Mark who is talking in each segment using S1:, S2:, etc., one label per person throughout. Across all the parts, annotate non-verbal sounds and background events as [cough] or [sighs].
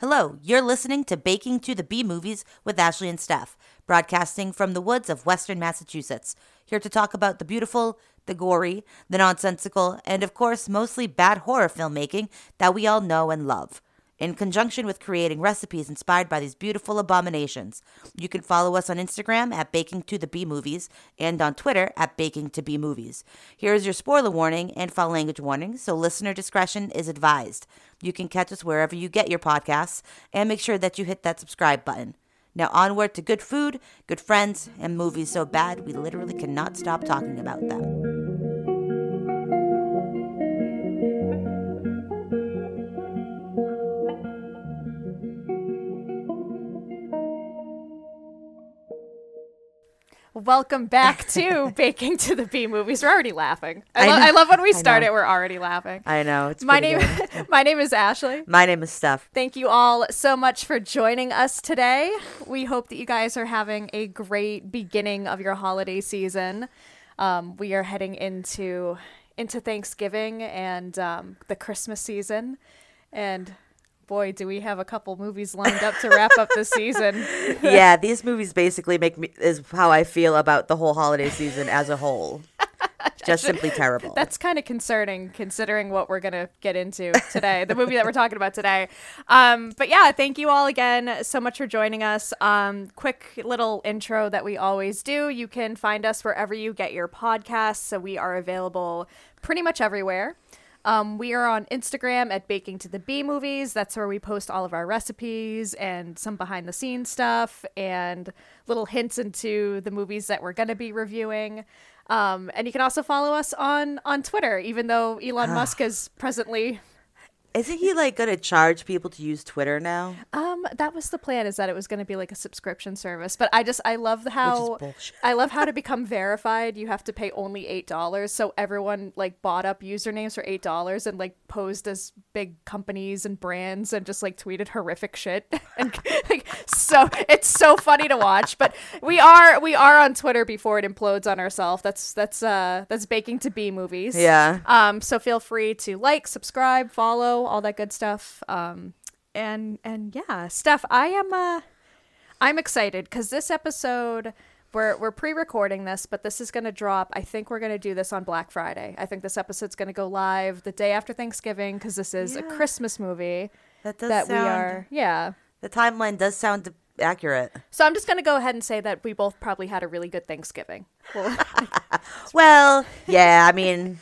S1: Hello, you're listening to Baking to the B Movies with Ashley and Steph, broadcasting from the woods of Western Massachusetts. Here to talk about the beautiful, the gory, the nonsensical, and of course, mostly bad horror filmmaking that we all know and love. In conjunction with creating recipes inspired by these beautiful abominations, you can follow us on Instagram at Baking to the B Movies and on Twitter at Baking to B Movies. Here is your spoiler warning and foul language warning, so listener discretion is advised. You can catch us wherever you get your podcasts and make sure that you hit that subscribe button. Now, onward to good food, good friends, and movies so bad we literally cannot stop talking about them.
S2: Welcome [laughs] back to Baking to the B Movies. We're already laughing. I, lo- I love when we start it. We're already laughing.
S1: I know. It's
S2: my
S1: pretty
S2: name, [laughs]
S1: good.
S2: my name is Ashley.
S1: My name is
S2: [laughs]
S1: Steph.
S2: Thank you all so much for joining us today. We hope that you guys are having a great beginning of your holiday season. Um, we are heading into into Thanksgiving and um, the Christmas season, and boy, do we have a couple movies lined up to wrap up the [laughs] season.
S1: yeah, these movies basically make me is how I feel about the whole holiday season as a
S2: [laughs]
S1: whole. Just simply terrible.
S2: That's kind of concerning considering what we're going to get into today, the movie that we're talking about today. Um, but yeah, thank you all again so much for joining us. Um, quick little intro that we always do. You can find us wherever you get your podcasts. So we are available pretty much everywhere. Um, we are on Instagram at Baking to the B Movies. That's where we post all of our recipes and some behind the scenes stuff and little hints into the movies that we're going to be reviewing. Um, and you can also follow us on on Twitter, even though Elon Musk is presently.
S1: Isn't he like gonna charge people to use Twitter now?
S2: Um, that was the plan, is that it was going to be like a subscription service. But I just I love how
S1: bullshit.
S2: I love how to become verified. You have to pay only eight dollars. So everyone like bought up usernames for eight dollars and like posed as big companies and brands and just like tweeted horrific shit. [laughs] and like so, it's so funny to watch. But we are we are on Twitter before it implodes on ourselves. That's that's uh that's baking to be movies.
S1: Yeah.
S2: Um, so feel free to like, subscribe, follow, all that good stuff. Um, and and yeah, Steph, I am uh, I'm excited because this episode we're we're pre-recording this, but this is going to drop. I think we're going to do this on Black Friday. I think this episode's going to go live the day after Thanksgiving because this is a
S1: Yeah.
S2: Christmas movie
S1: That does
S2: that
S1: sound
S2: we are. Yeah.
S1: the timeline does sound accurate.
S2: So I'm just going to go ahead and say that we both probably had a really good Thanksgiving. Well,
S1: Well, yeah, I mean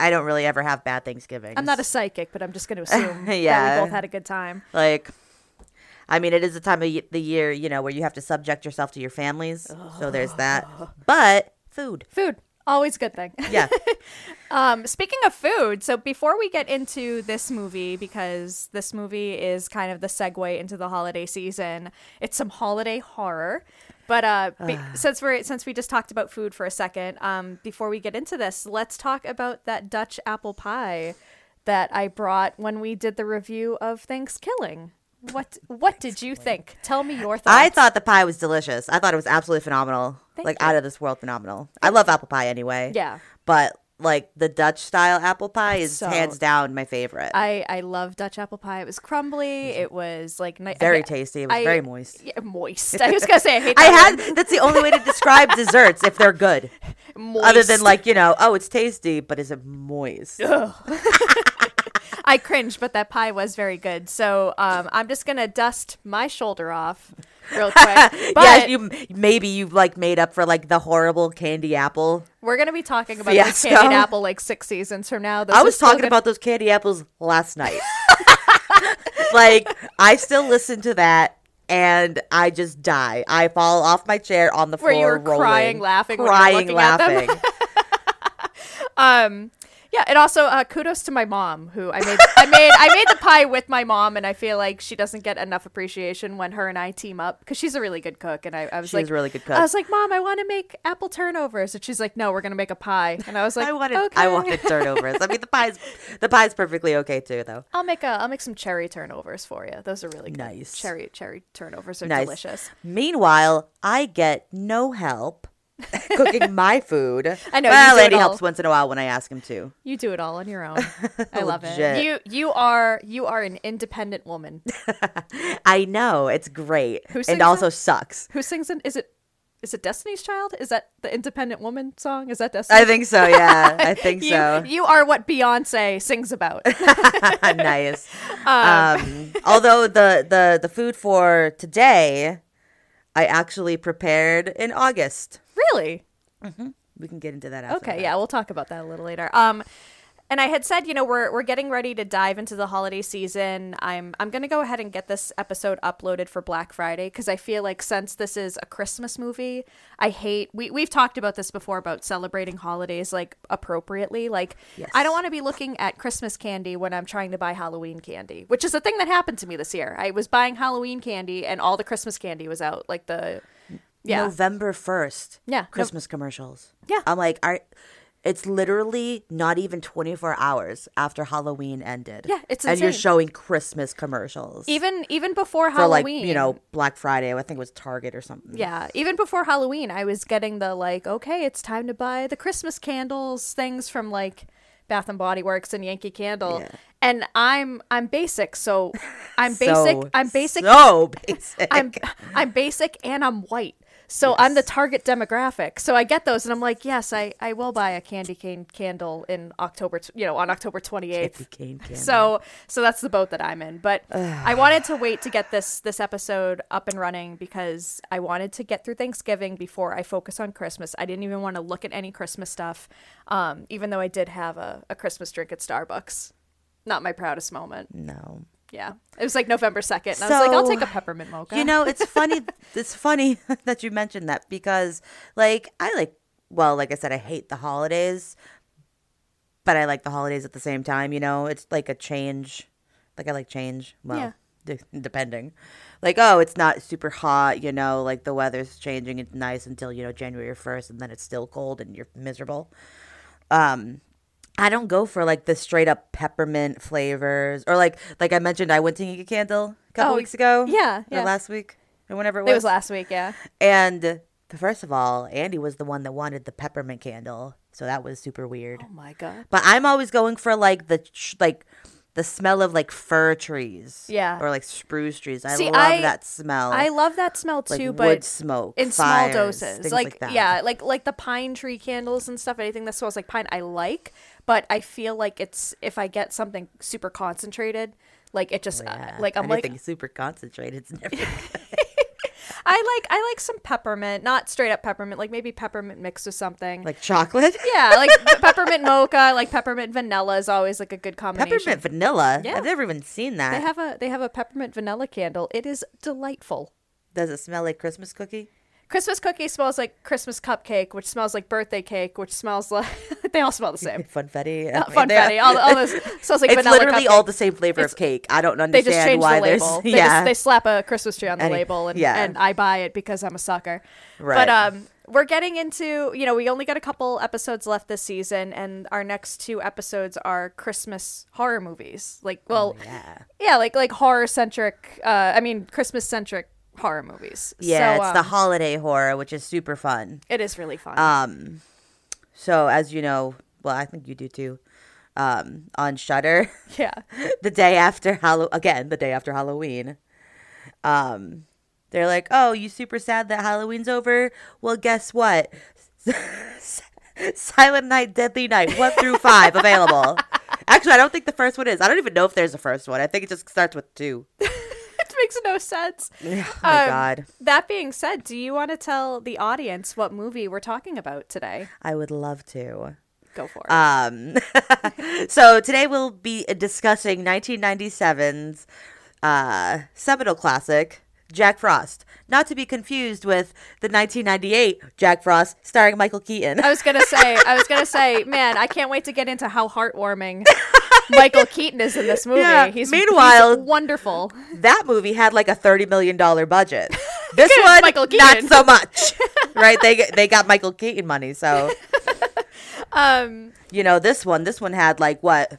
S1: I don't really ever have bad Thanksgivings.
S2: I'm not a psychic, but I'm just going to
S1: [laughs]
S2: assume that
S1: Yeah.
S2: we both had a good time.
S1: like I mean, it is a time of y- the year, you know, where you have to subject yourself to your families. So there's that. But food.
S2: Food, always a good thing. [laughs]
S1: Yeah.
S2: Um, speaking of food, so before we get into this movie, because this movie is kind of the segue into the holiday season, it's some holiday horror. But uh,
S1: [sighs]
S2: be- since we're since we just talked about food for a second, um, before we get into this, let's talk about that Dutch apple pie that I brought when we did the review of Thanksgiving. What what did you think? Tell me your thoughts.
S1: I thought the pie was delicious. I thought it was absolutely phenomenal.
S2: Thank
S1: like
S2: you.
S1: out of this world phenomenal. I love apple pie anyway.
S2: Yeah.
S1: But like the Dutch style apple pie is
S2: So-
S1: hands down my favorite.
S2: I I love Dutch apple pie. It was crumbly. It was like ni-
S1: Mm-hmm. very
S2: I-
S1: tasty. It was very moist.
S2: Yeah, moist. I was gonna say I hate.
S1: [laughs] I
S2: that word.
S1: had that's the only way to describe desserts if they're
S2: [laughs]
S1: good.
S2: moist.
S1: Other than like, you know, oh it's tasty, but is it
S2: [laughs]
S1: moist?
S2: I cringed, but that pie was very good. So um, I'm just gonna dust my shoulder off
S1: [laughs]
S2: real quick. But
S1: yeah, you maybe you like made up for like the horrible candy apple.
S2: we're gonna be talking about
S1: Fiasco.
S2: this candied apple like six seasons from now. This
S1: I
S2: is
S1: was
S2: still
S1: talking
S2: gonna-
S1: about those candy apples last
S2: [laughs]
S1: night. like I still listen to that and I just die. I fall off my chair on the
S2: Where
S1: floor,
S2: you were
S1: rolling,
S2: crying, laughing when you were
S1: crying,
S2: looking at them. [laughs]
S1: laughing.
S2: Yeah, and also uh, kudos to my mom who I made I made I made the pie with my mom, and I feel like she doesn't get enough appreciation when her and I team up because she's a really good cook, and I, I was
S1: She
S2: like
S1: is a really good cook.
S2: I was like, mom, I want to make apple turnovers, and she's like, no, we're gonna make a pie, and I was like,
S1: [laughs] I wanted,
S2: okay.
S1: I wanted turnovers. I mean, the pie's, the pie's perfectly okay too, though.
S2: I'll make a I'll make some cherry turnovers for you. Those are really good.
S1: Nice.
S2: Cherry cherry turnovers are
S1: Nice.
S2: delicious. [laughs]
S1: Meanwhile, I get no help cooking my food.
S2: I know, you
S1: Well,
S2: do it
S1: Andy
S2: all.
S1: helps once in a while when I ask him to.
S2: You do it all on
S1: [laughs]
S2: your own. I love it.
S1: Legit.
S2: You you are you are an independent woman
S1: I know it's great,
S2: Who sings
S1: and
S2: that?
S1: also sucks.
S2: who sings an is it is it Destiny's Child? Is that the independent woman song? Is that Destiny?
S1: I think so.
S2: [laughs]
S1: Yeah, I think
S2: you,
S1: so.
S2: you are what Beyonce sings about.
S1: [laughs]
S2: [laughs]
S1: nice. Um, although the, the the food for today, I actually prepared in August.
S2: really?
S1: We can get into that after.
S2: Okay,
S1: that.
S2: yeah, we'll talk about that a little later. Um, and I had said, you know, we're we're getting ready to dive into the holiday season. I'm I'm gonna go ahead and get this episode uploaded for Black Friday because I feel like since this is a Christmas movie, I hate we we've talked about this before about celebrating holidays like appropriately. Like I don't want to be looking at Christmas candy when I'm trying to buy Halloween candy, which is a thing that happened to me this year. I was buying Halloween candy and all the Christmas candy was out, like the yeah.
S1: November first.
S2: Yeah, no-
S1: Christmas commercials.
S2: Yeah.
S1: I'm like, are it's literally not even 24 hours after Halloween ended.
S2: Yeah, it's
S1: and you're
S2: insane.
S1: showing Christmas commercials
S2: Even even before
S1: for like
S2: Halloween,
S1: you know Black Friday. I think it was Target or something.
S2: Yeah, even before Halloween, I was getting the like, okay, it's time to buy the Christmas candles things from like Bath and Body Works and Yankee Candle.
S1: Yeah.
S2: And I'm I'm
S1: [laughs]
S2: basic, so I'm basic.
S1: So-
S2: I'm basic.
S1: So [laughs] basic.
S2: I'm I'm basic and I'm white. So I'm the target demographic. So I get those and I'm like, yes, I, I will buy a candy cane candle in October, tw- you know, on October 28th.
S1: Cane candy.
S2: So so that's the boat that I'm in.
S1: [sighs]
S2: But I wanted to wait to get this this episode up and running because I wanted to get through Thanksgiving before I focus on Christmas. I didn't even want to look at any Christmas stuff, um, even though I did have a, a Christmas drink at Starbucks. Not my proudest moment.
S1: no.
S2: Yeah. It was like November 2nd. And I was like, I'll
S1: So,
S2: take a peppermint mocha.
S1: You know, it's
S2: [laughs]
S1: funny. it's funny [laughs] that you mentioned that because, like, I like. Well, like I said, I hate the holidays, but I like the holidays at the same time. You know, it's like a change. Like I like change. Well.
S2: Yeah.
S1: de- Depending, like oh, it's not super hot, you know. Like the weather's changing; it's nice until you know January first, and then it's still cold and you're miserable. Um, I don't go for like the straight up peppermint flavors, or like like I mentioned, I went to Yankee Candle a couple
S2: Oh,
S1: weeks ago.
S2: yeah,
S1: Or
S2: yeah.
S1: last week or whenever it was.
S2: it was last week. Yeah.
S1: and the, first of all, Andy was the one that wanted the peppermint candle, so that was super weird.
S2: Oh my God.
S1: But I'm always going for like the ch- like the smell of like fir trees,
S2: Yeah.
S1: or like spruce trees. I
S2: See,
S1: love
S2: I-
S1: that smell.
S2: I love that smell
S1: like
S2: too,
S1: wood
S2: but
S1: smoke
S2: in
S1: fires,
S2: small doses
S1: things
S2: like,
S1: like, that.
S2: yeah like like the pine tree candles and stuff anything that smells like pine i like but i feel like it's if i get something super concentrated like it just
S1: Oh, Yeah.
S2: uh, like i'm
S1: anything
S2: like
S1: super concentrated.
S2: [laughs]
S1: It's never
S2: i like i like some peppermint not straight up peppermint like maybe peppermint mixed with something
S1: like chocolate.
S2: yeah like [laughs] peppermint mocha like peppermint vanilla is always like a good combination
S1: [laughs] Peppermint vanilla.
S2: Yeah.
S1: I've never even seen that.
S2: they have a they have a peppermint vanilla candle it is delightful
S1: Does it smell like Christmas cookie? [laughs]
S2: Christmas cookie smells like Christmas cupcake, which smells like birthday cake, which smells [laughs] like they all smell the same.
S1: Funfetti.
S2: Uh, funfetti. All,
S1: [laughs]
S2: all those [laughs] smells like
S1: Oh, it's
S2: vanilla
S1: literally
S2: cupcake.
S1: all the same flavor of cake. I don't
S2: They
S1: understand
S2: just change
S1: why
S2: the label.
S1: [laughs] there's
S2: They,
S1: yeah.
S2: just, they slap a Christmas tree on the
S1: Any-
S2: label, and,
S1: yeah.
S2: and I buy it because I'm a sucker. But
S1: Right.
S2: um, we're getting into you know we only got a couple episodes left this season, and our next two episodes are Christmas horror movies. Like, well,
S1: yeah.
S2: yeah, like like horror centric. Uh, I mean, Christmas centric horror movies.
S1: Yeah,
S2: So,
S1: it's the
S2: um,
S1: holiday horror, which is super fun.
S2: it is really fun.
S1: Um, so as you know, well, I think you do too. Um, on Shutter,
S2: [laughs] yeah. [laughs]
S1: the day after Halloween, again, the day after Halloween. Um, they're like, "Oh, you super sad that Halloween's over? Well, guess what? [laughs] Silent Night, Deadly Night, one through five available." Actually, I don't think the first one is. I don't even know if there's a first one. I think it just starts with two.
S2: it makes no sense.
S1: Oh my
S2: Um,
S1: god,
S2: That being said, do you want to tell the audience what movie we're talking about today?
S1: I would love to.
S2: Go for it.
S1: Um, [laughs] so today we'll be discussing 1997's uh, seminal classic, Jack Frost, not to be confused with the 1998 Jack Frost starring Michael Keaton.
S2: I was gonna say, I was
S1: [laughs]
S2: gonna say, man, I can't wait to get into how heartwarming [laughs] Michael Keaton is in this movie.
S1: Yeah,
S2: He's
S1: meanwhile- [laughs]
S2: he's wonderful.
S1: [laughs] that movie had like a 30 million dollar
S2: [laughs]
S1: budget. [laughs] This
S2: Good,
S1: one,
S2: Michael
S1: not
S2: Keaton.
S1: so
S2: [laughs]
S1: much, right? They they got Michael Keaton money, so
S2: Um,
S1: you know this one. This one had like what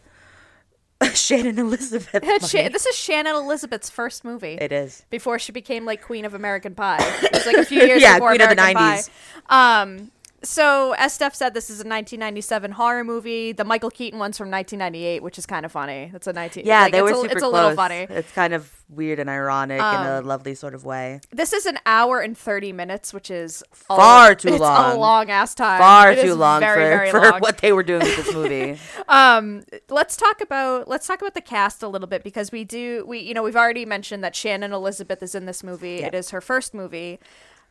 S1: [laughs] Shannon
S2: [laughs]
S1: Elizabeth.
S2: Sha- this is Shannon Elizabeth's first movie.
S1: It is.
S2: Before she became like Queen of American
S1: [laughs]
S2: Pie. It was like a few years
S1: Yeah,
S2: before
S1: Queen of the
S2: American
S1: 90s.
S2: Pie. Um, so as Steph said, this is a 1997 horror movie. The Michael Keaton one's from 1998, which is kind of funny. It's a 19.
S1: Yeah,
S2: like,
S1: they were
S2: it's a,
S1: super
S2: It's a
S1: close.
S2: little funny. Um,
S1: It's kind of weird and ironic in a lovely sort of way.
S2: This is an hour and 30 minutes, which is a-
S1: Far too
S2: [laughs] it's
S1: long.
S2: a long ass time.
S1: Far
S2: It is
S1: too long
S2: very,
S1: for, [laughs]
S2: very
S1: for
S2: long.
S1: what they were doing with this movie.
S2: um let's talk about let's talk about the cast a little bit because we do we you know we've already mentioned that shannon elizabeth is in this movie it is her first movie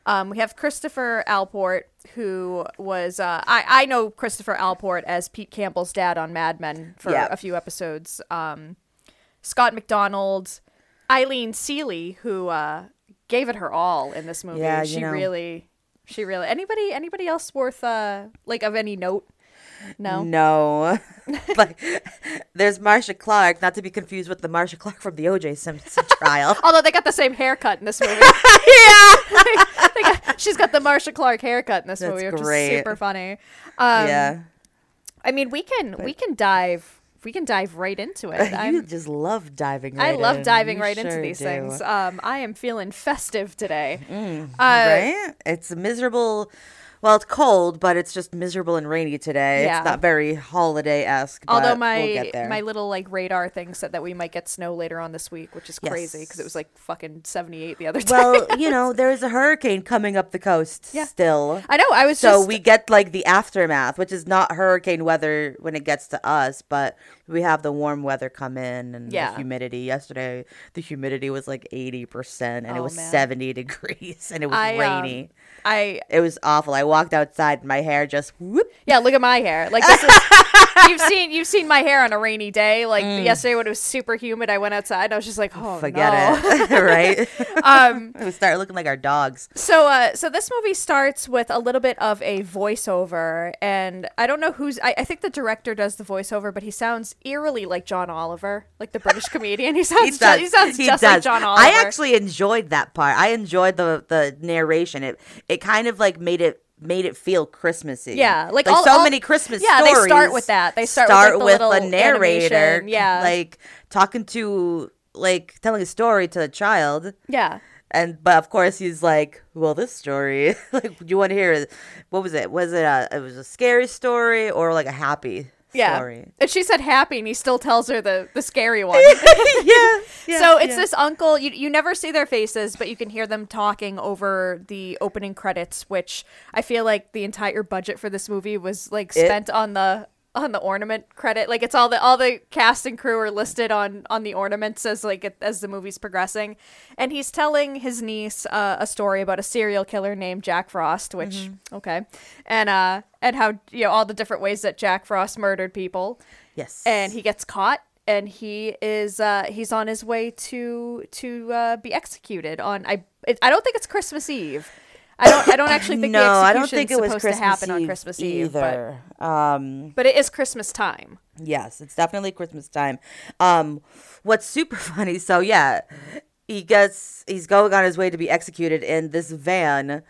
S2: um, we have christopher alport who was uh, I, I know christopher alport as pete campbell's dad on mad men for
S1: Yeah.
S2: a few episodes um, scott mcdonald eileen seeley who uh, gave it her all in this movie
S1: Yeah, you
S2: she
S1: know.
S2: really she really anybody anybody else worth uh, like of any note [laughs] no
S1: No. [laughs] like, there's Marsha Clark, not to be confused with the Marsha Clark from the O.J.
S2: [laughs]
S1: Simpson trial.
S2: Although they got the same haircut in this
S1: [laughs]
S2: movie.
S1: yeah.
S2: [laughs] They got- she's got the Marsha Clark haircut in this
S1: That's
S2: movie, which
S1: great.
S2: is super funny. Um,
S1: yeah.
S2: I mean, we can we can dive we can dive right into it.
S1: [laughs] you
S2: I'm,
S1: just love diving
S2: I
S1: right
S2: love
S1: in.
S2: diving
S1: You
S2: right into
S1: sure
S2: these
S1: do.
S2: things. Um, I am feeling festive today. uh,
S1: Mm, right? It's miserable. Well, it's cold, but it's just miserable and rainy today.
S2: Yeah.
S1: It's not very holiday esque.
S2: Although
S1: but
S2: my
S1: we'll get there.
S2: my little like radar thing said that we might get snow later on this week, which is crazy because it was like fucking seventy eight the other [laughs] day.
S1: well, you know, there is a hurricane coming up the coast
S2: Yeah.
S1: still.
S2: I know I was
S1: So
S2: just
S1: we get like the aftermath, which is not hurricane weather when it gets to us, but we have the warm weather come in and
S2: Yeah.
S1: the humidity. Yesterday, the humidity was like 80% and it
S2: Oh,
S1: was
S2: man.
S1: 70 degrees and it was
S2: I, um,
S1: rainy.
S2: I
S1: it was awful. I walked outside and my hair just whoop.
S2: Yeah, look at my hair. Like this is
S1: [laughs]
S2: you've seen you've seen my hair on a rainy day. Like yesterday when it was super humid, I went outside and I was just like, oh,
S1: Mm. Forget
S2: no.
S1: it. [laughs] right?
S2: [laughs] um,
S1: we start looking like our dogs.
S2: so uh, so this movie starts with a little bit of a voiceover, and I don't know who's. I, I think the director does the voiceover, but he sounds eerily like John Oliver, like the British comedian. He [laughs] sounds ju- he sounds
S1: He
S2: just like
S1: does.
S2: John Oliver.
S1: I actually enjoyed that part. I enjoyed the the narration. It it kind of like made it made it feel Christmassy.
S2: Yeah, like, all-
S1: so
S2: all-
S1: many Christmas
S2: yeah, they
S1: stories.
S2: start with that. They start with, like, the
S1: with,
S2: little
S1: a narrator,
S2: animation. Yeah.
S1: like talking to like telling a story to a child.
S2: yeah.
S1: And but of course he's like, well, this story, [laughs] like, do you want to hear? What was it? Was it a? It was a scary story or like a happy
S2: Yeah.
S1: story? [laughs]
S2: And she said happy, and he still tells her the, the scary one.
S1: yeah,
S2: so it's this uncle you, you never see their faces but you can hear them talking over the opening credits which i feel like the entire budget for this movie was like
S1: It-
S2: spent on the on the ornament credit like it's all the all the cast and crew are listed on on the ornaments as like it- as the movie's progressing and he's telling his niece uh, a story about a serial killer named jack frost which
S1: Mm-hmm.
S2: okay and uh and how you know all the different ways that jack frost murdered people
S1: yes.
S2: and he gets caught and he is uh he's on his way to to uh be executed on i it, i don't think it's christmas eve i don't i don't actually
S1: [coughs]
S2: think
S1: no,
S2: the
S1: I don't think
S2: execution's
S1: it was Christmas
S2: supposed to happen
S1: Eve
S2: on christmas eve but,
S1: either. Um,
S2: but it is
S1: [laughs]
S2: christmas time
S1: yes, it's definitely Christmas time. Um, what's super [laughs] funny? So yeah, he gets he's going on his way to be executed in this van,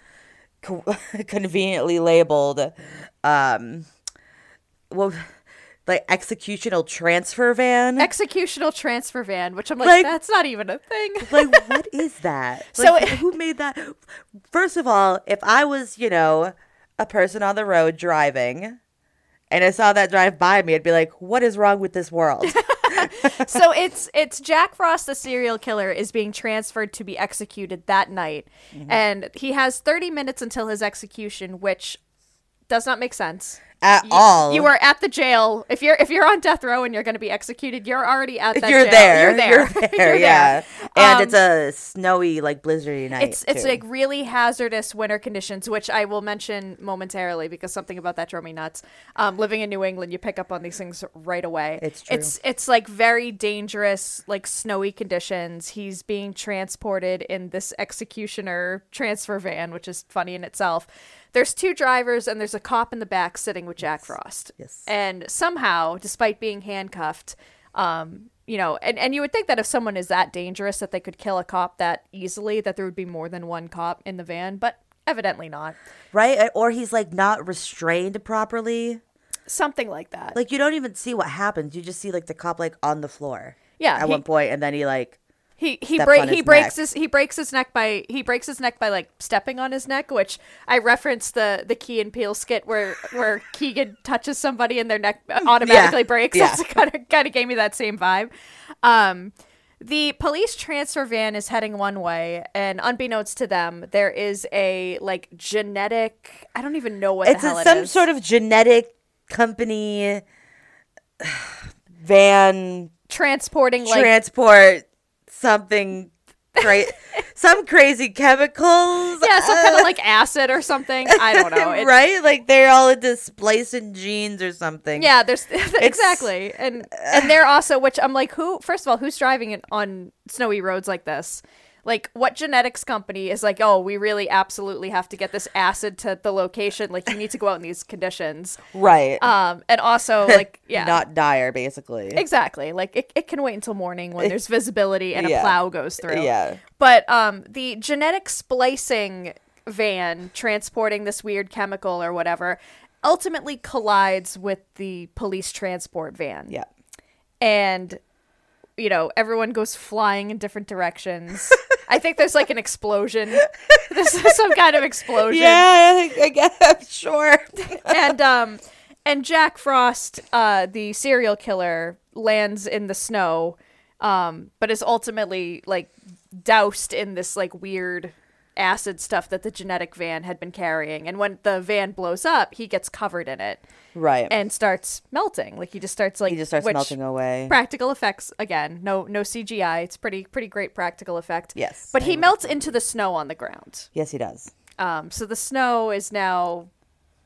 S1: co- [laughs] conveniently labeled, um, well, like executional transfer van.
S2: executional transfer van which i'm like,
S1: Like-
S2: that's not even a thing
S1: [laughs] like what is that
S2: [laughs] So
S1: Like,
S2: it-
S1: who made that first of all if i was you know a person on the road driving and i saw that drive by me i'd be like what is wrong with this
S2: [laughs]
S1: world
S2: so it's it's Jack Frost, the serial killer, is being transferred to be executed that night,
S1: Mm-hmm.
S2: and he has thirty minutes until his execution, which does not make sense
S1: At
S2: You-
S1: all.
S2: You are at the jail if you're if you're on death row and you're going to be executed. You're already at that.
S1: [laughs] you're,
S2: jail.
S1: there.
S2: You're [laughs] there. You're
S1: yeah
S2: there.
S1: and
S2: Um,
S1: it's a snowy like blizzardy night
S2: It's it's
S1: too.
S2: like really hazardous winter conditions, which I will mention momentarily because something about that drove me nuts. Um, living in New England, you pick up on these things right away.
S1: It's true.
S2: It's it's like very dangerous, like snowy conditions. He's being transported in this executioner transfer van, which is funny in itself. There's two drivers and there's a cop in the back sitting with Jack Frost.
S1: Yes.
S2: And somehow, despite being handcuffed, um, you know, and, and you would think that if someone is that dangerous that they could kill a cop that easily, that there would be more than one cop in the van, but evidently not.
S1: right or he's like not restrained properly
S2: something like that.
S1: Like you don't even see what happens. You just see like the cop like on the floor.
S2: Yeah,
S1: At
S2: he-
S1: one point, and then he like
S2: He he
S1: steps
S2: break
S1: on
S2: he
S1: his neck.
S2: breaks his he breaks his neck by he breaks his neck by like stepping on his neck, which I referenced the the Key and Peele skit where
S1: [laughs]
S2: where Keegan touches somebody and their neck automatically
S1: Yeah,
S2: breaks. [laughs]
S1: yeah.
S2: It's kind of kind of gave me that same vibe. Um, the police transfer van is heading one way, and unbeknownst to them, there is a like genetic. I don't even know what
S1: it's
S2: the
S1: a,
S2: hell
S1: some
S2: it is.
S1: sort of genetic company van
S2: transporting like
S1: transport something cra-
S2: [laughs]
S1: some crazy chemicals. um,
S2: yeah, some
S1: [laughs]
S2: kind of like acid or something. I don't know. It-
S1: right? Like they're all into splicing genes or something.
S2: Yeah, there's [laughs] exactly, and
S1: uh,
S2: and they're also which I'm like, who? First of all, who's driving it on snowy roads like this? Like, what genetics company is like? Oh, we really absolutely have to get this acid to the location. Like, you need to go out in these conditions.
S1: Right.
S2: Um, and
S1: [laughs]
S2: also like, yeah,
S1: Not dire, basically.
S2: exactly. Like, it it can wait until morning
S1: [laughs]
S2: when there's visibility and a
S1: Yeah.
S2: plow goes through.
S1: Yeah.
S2: But um, the genetic splicing van transporting this weird chemical or whatever ultimately collides with the police transport van.
S1: Yeah.
S2: And, you know, everyone goes flying in different directions. I think there's like an explosion. There's [laughs] some kind of explosion.
S1: Yeah, I, think- I guess [laughs] I'm
S2: [laughs]
S1: sure.
S2: And, um, and Jack Frost, uh, the serial killer, lands in the snow, um, but is ultimately like doused in this like weird acid stuff that the genetic van had been carrying. And when the van blows up, he gets covered in it
S1: right.
S2: and starts melting. Like he just starts like
S1: he just starts
S2: which-
S1: melting away.
S2: practical effects again no no cgi it's pretty pretty great practical effect
S1: Yes,
S2: but
S1: I
S2: he melts into the snow on the ground
S1: yes, he does.
S2: um so the snow is now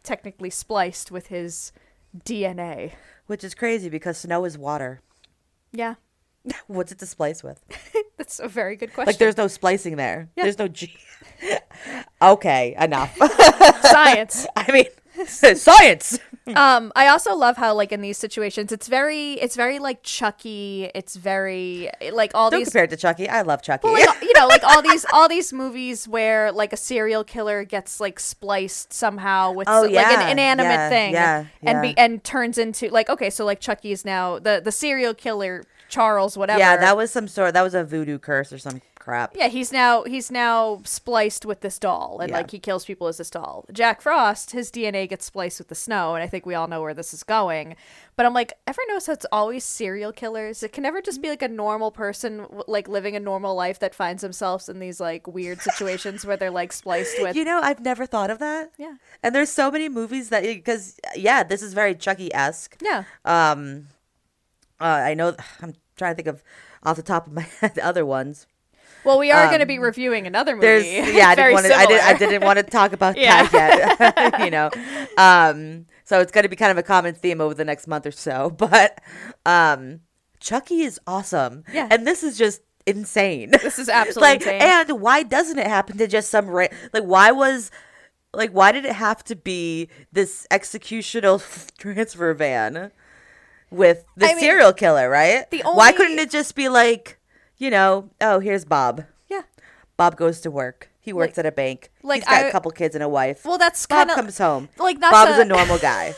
S2: technically spliced with his dna
S1: Which is crazy because snow is water.
S2: yeah
S1: What's it to splice with?
S2: that's a very good question
S1: Like, there's no splicing there. There's no G. [laughs] okay, enough. [laughs]
S2: science
S1: I mean, [laughs] science.
S2: um i also love how like in these situations it's very it's very like chucky it's very like all
S1: Don't
S2: these
S1: compare it to Chucky. I love Chucky.
S2: Well,
S1: [laughs]
S2: like, you know, like all these all these movies where like a serial killer gets like spliced somehow with
S1: Oh,
S2: so- like
S1: yeah,
S2: an inanimate
S1: yeah,
S2: thing,
S1: yeah,
S2: and
S1: yeah.
S2: Be, and turns into like okay, so like Chucky is now the the serial killer Charles whatever.
S1: yeah, that was some sort. That was a voodoo curse or some crap.
S2: yeah, he's now he's now spliced with this doll, and
S1: Yeah.
S2: like he kills people as this doll. Jack Frost, his DNA gets spliced with the snow, and I think we all know where this is going. But I'm like, ever notice how it's always serial killers? It can never just be like a normal person, w- like living a normal life that finds themselves in these like weird situations where they're like spliced with.
S1: You know, I've never thought of that.
S2: Yeah.
S1: And there's so many movies that because yeah, this is very Chucky esque.
S2: yeah,
S1: Um, uh, I know. [sighs] I'm trying to think of off the top of my [laughs] head the other ones.
S2: well, we are going to be reviewing another movie.
S1: Um, There's yeah,
S2: [laughs]
S1: I didn't
S2: Very
S1: want to. I, did, I
S2: similar.
S1: didn't want to
S2: [laughs]
S1: talk about
S2: Yeah.
S1: that yet. [laughs] you
S2: [laughs]
S1: know, um, so it's going to be kind of a common theme over the next month or so. [laughs] But um, Chucky is awesome.
S2: Yeah.
S1: and this is just insane.
S2: This is
S1: [laughs]
S2: absolutely
S1: like,
S2: insane.
S1: and why doesn't it happen to just some ra- like? Why was like why did it have to be this executional [laughs] transfer van with the
S2: I mean,
S1: serial killer? Right.
S2: the
S1: why
S2: only-
S1: couldn't it just be like, you know, oh here's Bob.
S2: yeah.
S1: Bob goes to work. He works at a bank.
S2: like,
S1: He's got a
S2: I-
S1: couple kids and a wife.
S2: Well, that's
S1: Bob
S2: kind of
S1: comes home.
S2: like, that's
S1: Bob is
S2: a-
S1: a normal
S2: [laughs]
S1: guy.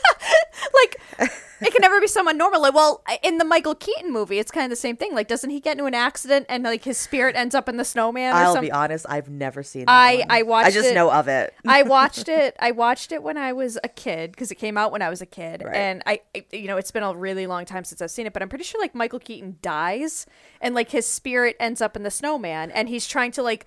S2: like it can never be someone normal. Like, well, in the Michael Keaton movie, it's kind of the same thing. Like, doesn't he get into an accident and like his spirit ends up in the snowman or
S1: I'll
S2: something?
S1: be [laughs] honest, I've never seen. That
S2: I-
S1: one.
S2: I watched
S1: I just
S2: it-
S1: know of it.
S2: I watched it. I watched it when I was a kid because it came out when I was a kid,
S1: Right.
S2: and I, I- you know, it's been a really long time since I've seen it. But I'm pretty sure like Michael Keaton dies, and like his spirit ends up in the snowman, and he's trying to like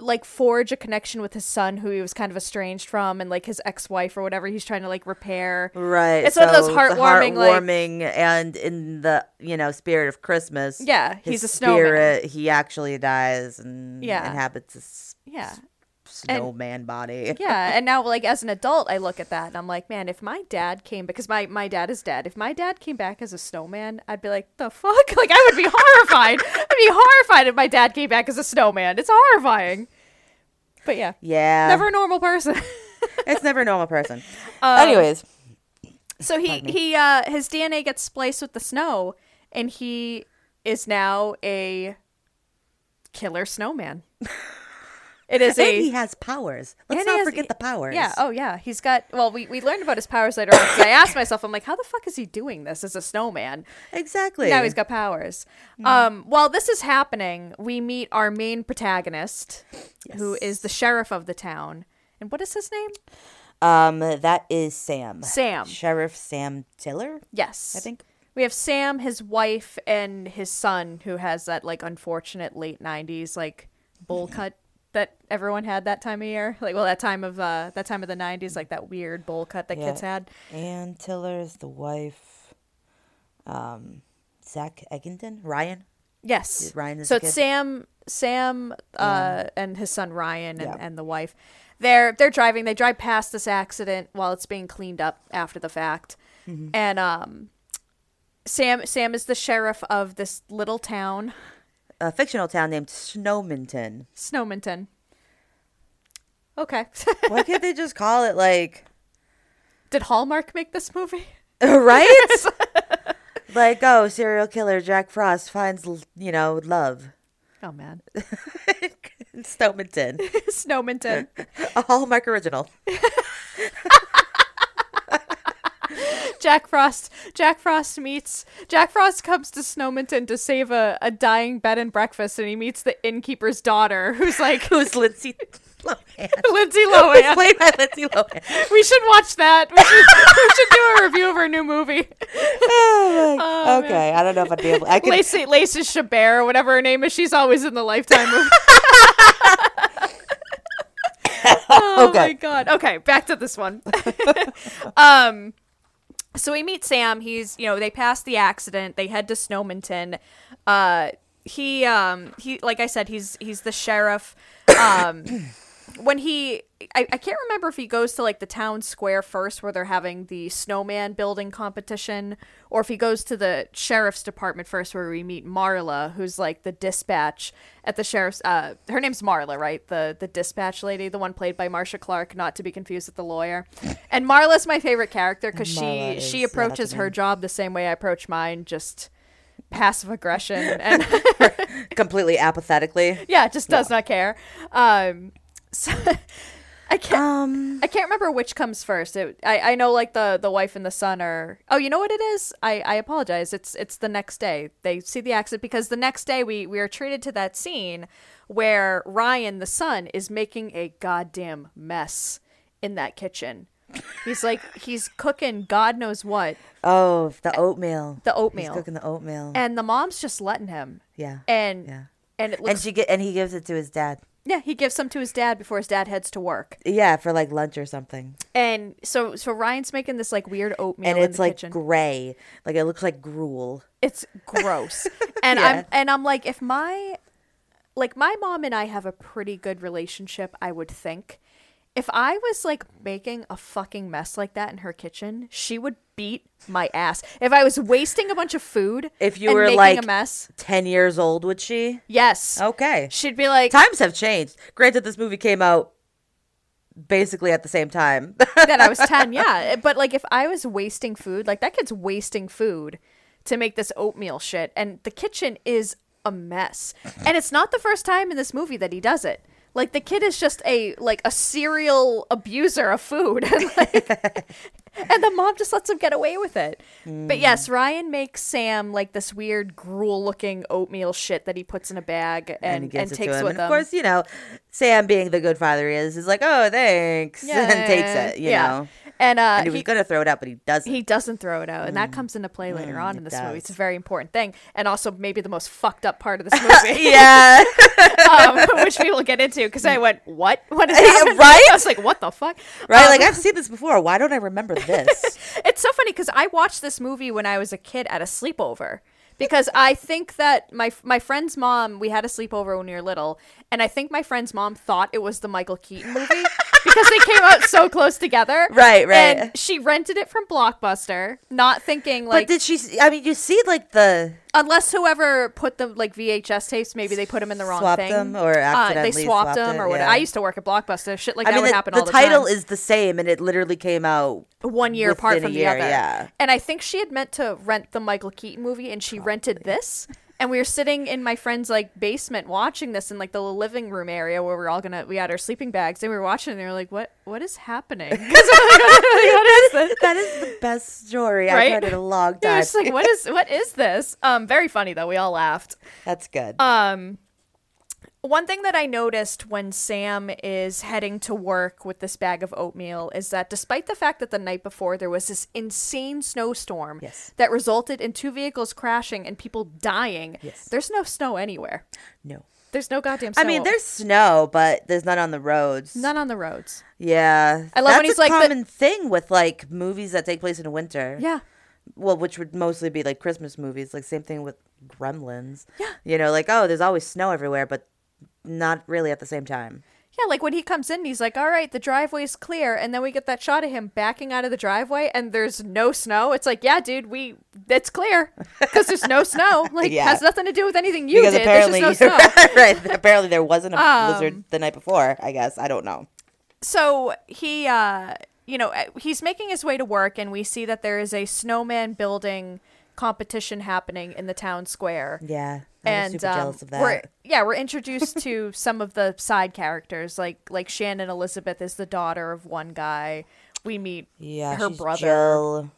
S2: like forge a connection with his son who he was kind of estranged from and like his ex-wife or whatever he's trying to like repair
S1: Right.
S2: it's one of those
S1: so it's
S2: heartwarming, like
S1: heartwarming, and in the you know spirit of Christmas.
S2: Yeah,
S1: his
S2: he's a snowman.
S1: spirit. He actually dies and
S2: Yeah.
S1: inhabits a s-
S2: yeah And-
S1: snowman body.
S2: yeah and now like as an adult i look at that and i'm like man if my dad came because my my dad is dead if my dad came back as a snowman i'd be like the fuck [laughs] like i would be horrified i'd be horrified if my dad came back as a snowman it's horrifying but yeah,
S1: Yeah.
S2: never Um, a normal
S1: [laughs]
S2: person [laughs]
S1: It's never a normal person. Anyways,
S2: so he he uh his dna gets spliced with the snow and he is now a killer snowman It is
S1: And
S2: a
S1: he has powers. Let's
S2: And
S1: not
S2: he has-
S1: forget the powers.
S2: Yeah. Oh, yeah. He's got. Well, we, we learned about his powers later on. 'cause I asked myself, I'm like, how the fuck is he doing this as a snowman?
S1: exactly.
S2: Now he's got powers.
S1: Hmm.
S2: Um, while this is happening, we meet our main protagonist, who is the sheriff of the town. And what is his name?
S3: Um, that is Sam.
S2: Sam.
S3: Sheriff Sam Tiller.
S2: Yes.
S3: I think.
S2: We have Sam, his wife, and his son, who has that like unfortunate late '90s like bowl cut that everyone had that time of year. Like, well, that time of uh, that time of the '90s, like that weird bowl cut that
S3: Yeah.
S2: kids had.
S3: Ann Tiller is the wife. Um, Zach Eggington, Ryan.
S2: Yes.
S3: Ryan is
S2: so
S3: the
S2: it's
S3: kid?
S2: Sam, Sam, uh, and his son Ryan and, and the wife. They're they're driving. They drive past this accident while it's being cleaned up after the fact, and um, Sam Sam is the sheriff of this little town,
S3: A fictional town named Snowminton.
S2: Snowminton. Okay. [laughs]
S1: Why can't they just call it
S3: [laughs]
S1: like
S2: Did Hallmark make this movie?
S1: right?
S3: [laughs]
S1: like oh, serial killer Jack Frost finds l- you know
S3: [laughs]
S1: love.
S2: Oh [laughs] man,
S1: Snowminton,
S2: Snowminton.
S1: a Hallmark original.
S2: Jack Frost. Jack Frost meets. Jack Frost comes to Snowminton to save a, a dying bed and breakfast, and he meets the innkeeper's daughter, who's
S1: [laughs]
S2: like [laughs]
S1: Who's Lindsay Lohan?
S2: Lindsay Lohan.
S1: Played by Lindsay Lohan.
S2: [laughs] We should watch that. We should, we should do a review of her new movie,
S3: okay, I don't know if I'd be able. I could.
S2: Lacey Lacey Chabert, or whatever her name is. She's always in the Lifetime movie. oh my
S3: Okay.
S2: [laughs] god. Okay, back to this one. [laughs] um so we meet Sam. He's, you know, they pass the accident. They head to Snowminton. Uh he um he like I said he's he's the sheriff. Um when he I, I can't remember if he goes to like the town square first where they're having the snowman building competition or if he goes to the sheriff's department first where we meet marla who's like the dispatch at the sheriff's uh her name's marla right the the dispatch lady the one played by marsha clark not to be confused with the lawyer and marla's my favorite character because
S3: Marla
S2: she
S3: is-
S2: she
S3: yeah, that's her
S2: approaches her
S3: name.
S2: job the same way i approach mine just passive aggression and
S1: Completely apathetically.
S2: yeah just does not care um [laughs] so i
S1: Um,
S2: can't I can't remember which comes first. It, I I know like the the wife and the son are. Oh, you know what it is. I I apologize. It's it's the next day they see the accident because the next day we we are treated to that scene where Ryan the son is making a goddamn mess in that kitchen. He's like he's cooking God knows what,
S1: Oh, the oatmeal.
S2: The
S1: He's
S2: oatmeal.
S1: cooking the oatmeal.
S2: and the mom's just letting him.
S1: yeah.
S2: And
S1: Yeah.
S2: and it
S1: and
S2: looks
S1: she get and he gives it to his dad.
S2: yeah he gives some to his dad before his dad heads to work.
S1: Yeah, for like lunch or something.
S2: And so so Ryan's making this like weird oatmeal
S1: And
S2: in
S1: it's
S2: the
S1: like
S2: kitchen.
S1: gray. Like it looks like gruel.
S2: it's gross
S1: [laughs]
S2: and i'm and i'm like if my like my mom and i have a pretty good relationship i would think if i was like making a fucking mess like that in her kitchen she would beat my ass if i was wasting a bunch of food
S1: If you
S2: and
S1: were,
S2: making
S1: like- Oh.
S2: a mess
S1: Ten years old, would she?
S2: yes
S1: Okay.
S2: she'd be like
S1: Times have changed. Granted, this movie came out basically at the same time. [laughs]
S2: that i was 10 yeah Eh, but like if i was wasting food like that kid's wasting food to make this oatmeal shit and the kitchen is a mess and it's not the first time in this movie that he does it like the kid is just a like a serial abuser of food [laughs] and, like, and the mom just lets him get away with it
S1: Mm.
S2: but yes ryan makes sam like this weird gruel looking oatmeal shit that he puts in a bag and, and,
S1: gives it
S2: takes
S1: to him.
S2: with
S1: and of
S2: him
S1: course, you know, Sam being the good father he is, is like, oh, thanks, [laughs] and takes it. You
S2: yeah.
S1: know,
S2: and uh
S1: and he was
S2: he-
S1: gonna throw it out, but he doesn't.
S2: He doesn't throw it out, and
S1: Mm.
S2: that comes into play later on in this movie. It's a very important thing, and also maybe the most fucked up
S1: [laughs]
S2: part of this
S1: [laughs]
S2: movie, [laughs]
S1: yeah,
S2: um, [laughs] which we will get into. Because I went, "What? What is
S1: Yeah, [laughs]
S2: happening?" [laughs]
S1: right?
S2: I was like, "What the fuck?"
S1: right.
S2: Um,
S1: like I've seen this before. Why don't I remember this?
S2: it's so funny because I watched this movie when I was a kid at a sleepover. Because I think that my my friend's mom, we had a sleepover when we were little, and I think my friend's mom thought it was the Michael
S1: [laughs]
S2: Keaton movie because they came out so close together.
S1: Right, right.
S2: And she rented it from Blockbuster, not thinking
S1: but
S2: like
S1: did she? s- I mean, you see, like the
S2: unless whoever put the like VHS tapes, maybe they put them in the wrong
S1: Swapped
S2: thing. Uh,
S1: them or
S2: they
S1: accidentally swapped
S2: swapped, them or
S1: it,
S2: whatever.
S1: yeah.
S2: I used to work at Blockbuster. Shit like
S1: I
S2: that
S1: mean,
S2: would
S1: the,
S2: happen
S1: the
S2: all the
S1: title
S2: time.
S1: is the same, and it literally came out.
S2: one year apart
S1: within a
S2: from
S1: year,
S2: the other.
S1: yeah.
S2: And I think she had meant to rent the Michael Keaton movie, and she rented this. and we were sitting in my friend's like basement watching this in like the living room area where we we're all gonna we had our sleeping bags and we were watching it and they were like what what is happening [laughs] 'Cause we're like, what
S1: [laughs]
S2: is this?
S1: That is the best story I've
S2: Right?
S1: heard in [laughs] a long
S2: They're
S1: time.
S2: just like what is what is this um very funny though we all laughed
S1: That's good.
S2: One thing that I noticed when Sam is heading to work with this bag of oatmeal is that despite the fact that the night before there was this insane snowstorm
S1: Yes.
S2: that resulted in two vehicles crashing and people dying,
S1: Yes.
S2: there's no snow anywhere.
S1: no.
S2: There's no goddamn snow.
S1: I mean, there's snow, but there's none on the roads.
S2: none on the roads.
S1: Yeah,
S2: I love when
S1: That's
S2: he's
S1: a
S2: like the-
S1: common thing with like movies that take place in winter.
S2: Yeah.
S1: well, which would mostly be like Christmas movies. Like same thing with Gremlins. Yeah, you know, like oh, there's always snow everywhere, but not really at the same time.
S2: Yeah, like when he comes in, he's like, all right, the driveway's clear. And then we get that shot of him backing out of the driveway and there's no snow. It's like, yeah, dude, we, it's clear because there's
S1: [laughs]
S2: no snow. Like,
S1: Yeah.
S2: has nothing to do with anything you
S1: because
S2: did.
S1: [laughs]
S2: There's
S1: apparently,
S2: just no snow. Um,
S1: right? Apparently, there wasn't
S2: [laughs]
S1: a blizzard the night before. I guess I don't know.
S2: so he uh you know he's making his way to work and we see that there is a snowman building competition happening in the town square
S1: Yeah, I
S2: and
S1: was super
S2: um,
S1: jealous of that.
S2: we're yeah we're introduced to [laughs] some of the side characters like like shannon elizabeth is the daughter of one guy we meet
S1: yeah,
S2: her
S1: she's
S2: brother
S1: Jill,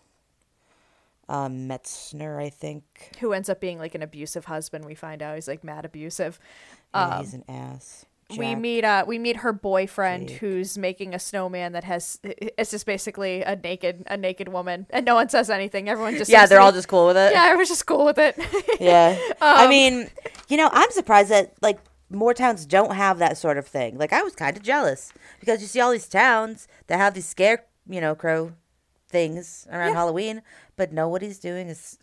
S1: um, Metzner, I think.
S2: who ends up being like an abusive husband we find out he's like mad abusive
S1: Yeah, he's an ass.
S2: Um, we
S1: Jack.
S2: meet uh we meet her boyfriend who's making a snowman that has it's just basically a naked a naked woman and no one says anything everyone just
S1: Yeah,
S2: seems to
S1: they're
S2: be-
S1: all just cool with it.
S2: [laughs] yeah, I was just cool with it. [laughs]
S1: Yeah. I
S2: Um,
S1: mean, you know, I'm surprised that like more towns don't have that sort of thing. Like I was kind of jealous because you see all these towns that have these scare, you know, crow things around Halloween, but nobody's doing is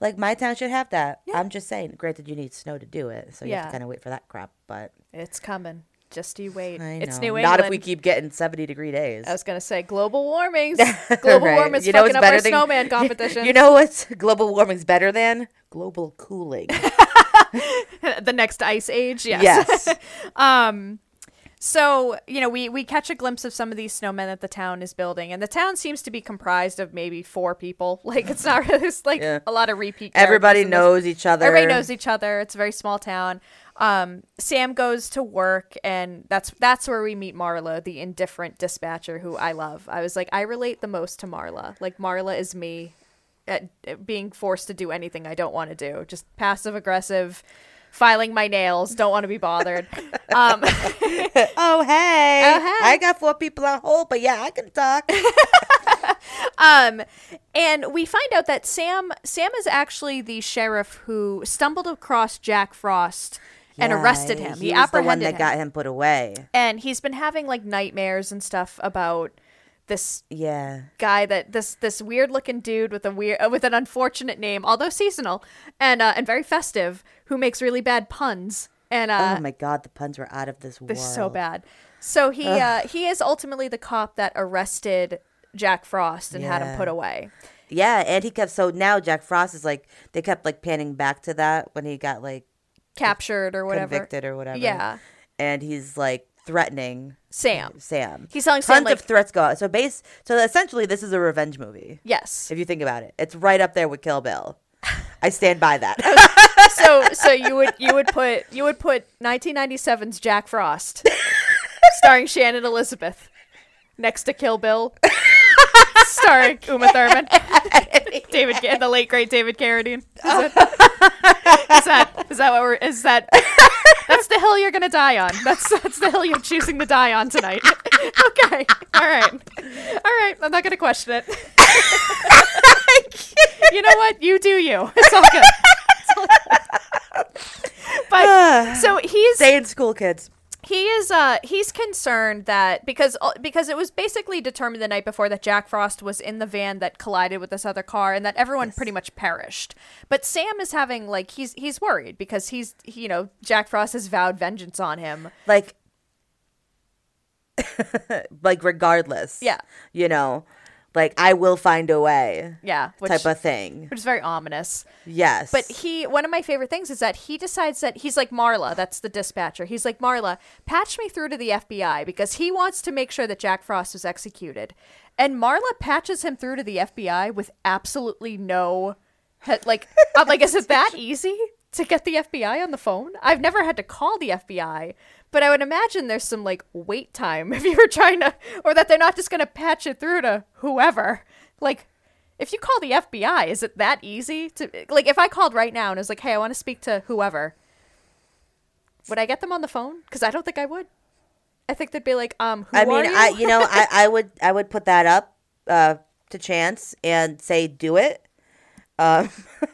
S1: like my town should have that. I'm just saying. Granted, you need snow to do it, so you have
S2: Yeah.
S1: to kind of wait for that crap. But
S2: it's coming. Just you wait.
S1: I
S2: It's
S1: know.
S2: New England.
S1: Not if we keep getting 70 degree days.
S2: I was gonna say
S1: [laughs]
S2: global warmings. Global
S1: Right.
S2: warming is
S1: You know
S2: fucking
S1: what's
S2: up our
S1: better than-
S2: snowman competition.
S1: [laughs] You know what's global warming's better than global cooling.
S2: [laughs] the next ice age. [laughs] Yes.
S1: yes.
S2: [laughs] So you know we we catch a glimpse of some of these snowmen that the town is building, and the town seems to be comprised of maybe four people. [laughs] Like it's not really it's like
S1: Yeah.
S2: a lot of repeat. characters
S1: Everybody
S2: in this.
S1: knows each other.
S2: Everybody knows each other. It's a very small town. Um, Sam goes to work, and that's that's where we meet Marla, the indifferent dispatcher who I love. I was like, I relate the most to Marla. Like Marla is me, at, at being forced to do anything I don't want to do. Just passive aggressive, filing my nails. Don't want to be
S1: [laughs]
S2: bothered. um,
S1: Oh hey.
S2: Oh, hey.
S1: I got four people on hold, but yeah, I can talk.
S2: Um, and we find out that Sam Sam is actually the sheriff who stumbled across Jack Frost [laughs] and
S1: Yeah,
S2: arrested him. He,
S1: was
S2: apprehended
S1: the one that
S2: him.
S1: got him put away.
S2: and he's been having like nightmares and stuff about this
S1: Yeah.
S2: guy that this this weird looking dude with a weird uh, with an unfortunate name, although seasonal and uh, and very festive, who makes really bad puns and uh,
S1: oh my god, the puns were out of this world.
S2: they're so bad. So he uh, he is ultimately the cop that arrested Jack Frost and had him
S1: Yeah.
S2: put away.
S1: Yeah, and he kept so now Jack Frost is like they kept like panning back to that when he got like
S2: Captured or whatever.
S1: convicted or whatever.
S2: Yeah.
S1: And he's like threatening
S2: Sam.
S1: Sam.
S2: He's telling
S1: tons
S2: Sam, like-
S1: of threats go out. So base so essentially this is a revenge movie.
S2: Yes.
S1: [laughs] If you think about it. It's right up there with Kill Bill. I stand by
S2: [laughs]
S1: that.
S2: so so you would you would put you would put 1997's Jack Frost, starring Shannon Elizabeth, next to Kill Bill, starring Uma Thurman, David Ca- the late great David Carradine. Is that, is that is that what we're is that that's the hill you're gonna die on? That's that's the hill you're choosing to die on tonight. [laughs] okay, all right, all right. I'm not gonna question it. you know what? You do you. It's all good. It's all good. But so he's
S1: Stay in school, kids.
S2: he is uh he's concerned that because uh, because it was basically determined the night before that Jack Frost was in the van that collided with this other car and that everyone pretty much perished. But Sam is having like he's he's worried because he's you know Jack Frost has vowed vengeance on him.
S1: like [laughs] like regardless
S2: Yeah.
S1: you know like i will find a way
S2: Yeah, which
S1: type of thing
S2: which is very ominous.
S1: yes
S2: But he, one of my favorite things is that he decides that he's like Marla. That's the dispatcher. He's like Marla, patch me through to the FBI because he wants to make sure that Jack Frost is executed. And Marla patches him through to the FBI with absolutely no, he- like, I'm like, is it that easy? to get the FBI on the phone. I've never had to call the FBI, but I would imagine there's some like wait time [laughs] if you were trying to, or that they're not just going to patch it through to whoever. Like, if you call the FBI, is it that easy to like? If I called right now and was like, "Hey, I want to speak to whoever," would I get them on the phone? Because I don't think I would. I think they'd be like, "Um, who
S1: I mean,
S2: are you?"
S1: I you know, I, I would I would put that up uh, to chance and say do it, um,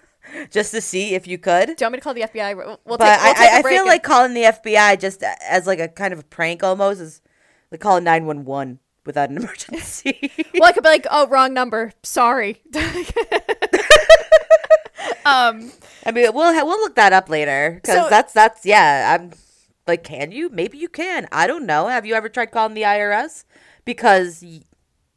S1: [laughs] just to see if you could.
S2: Do you want me to call the FBI? We'll- We'll
S1: But
S2: take, we'll take
S1: I, I,
S2: a
S1: I
S2: break
S1: feel
S2: and-
S1: like calling the FBI just a- as like a kind of a prank almost is like calling nine one one without an [laughs] emergency.
S2: [laughs] well, I could be like, "Oh, wrong number. Sorry." [laughs] um,
S1: I mean, we'll ha- we'll look that up later because
S2: So-
S1: that's that's yeah. I'm like, can you? Maybe you can. I don't know. Have you ever tried calling the IRS? Because y-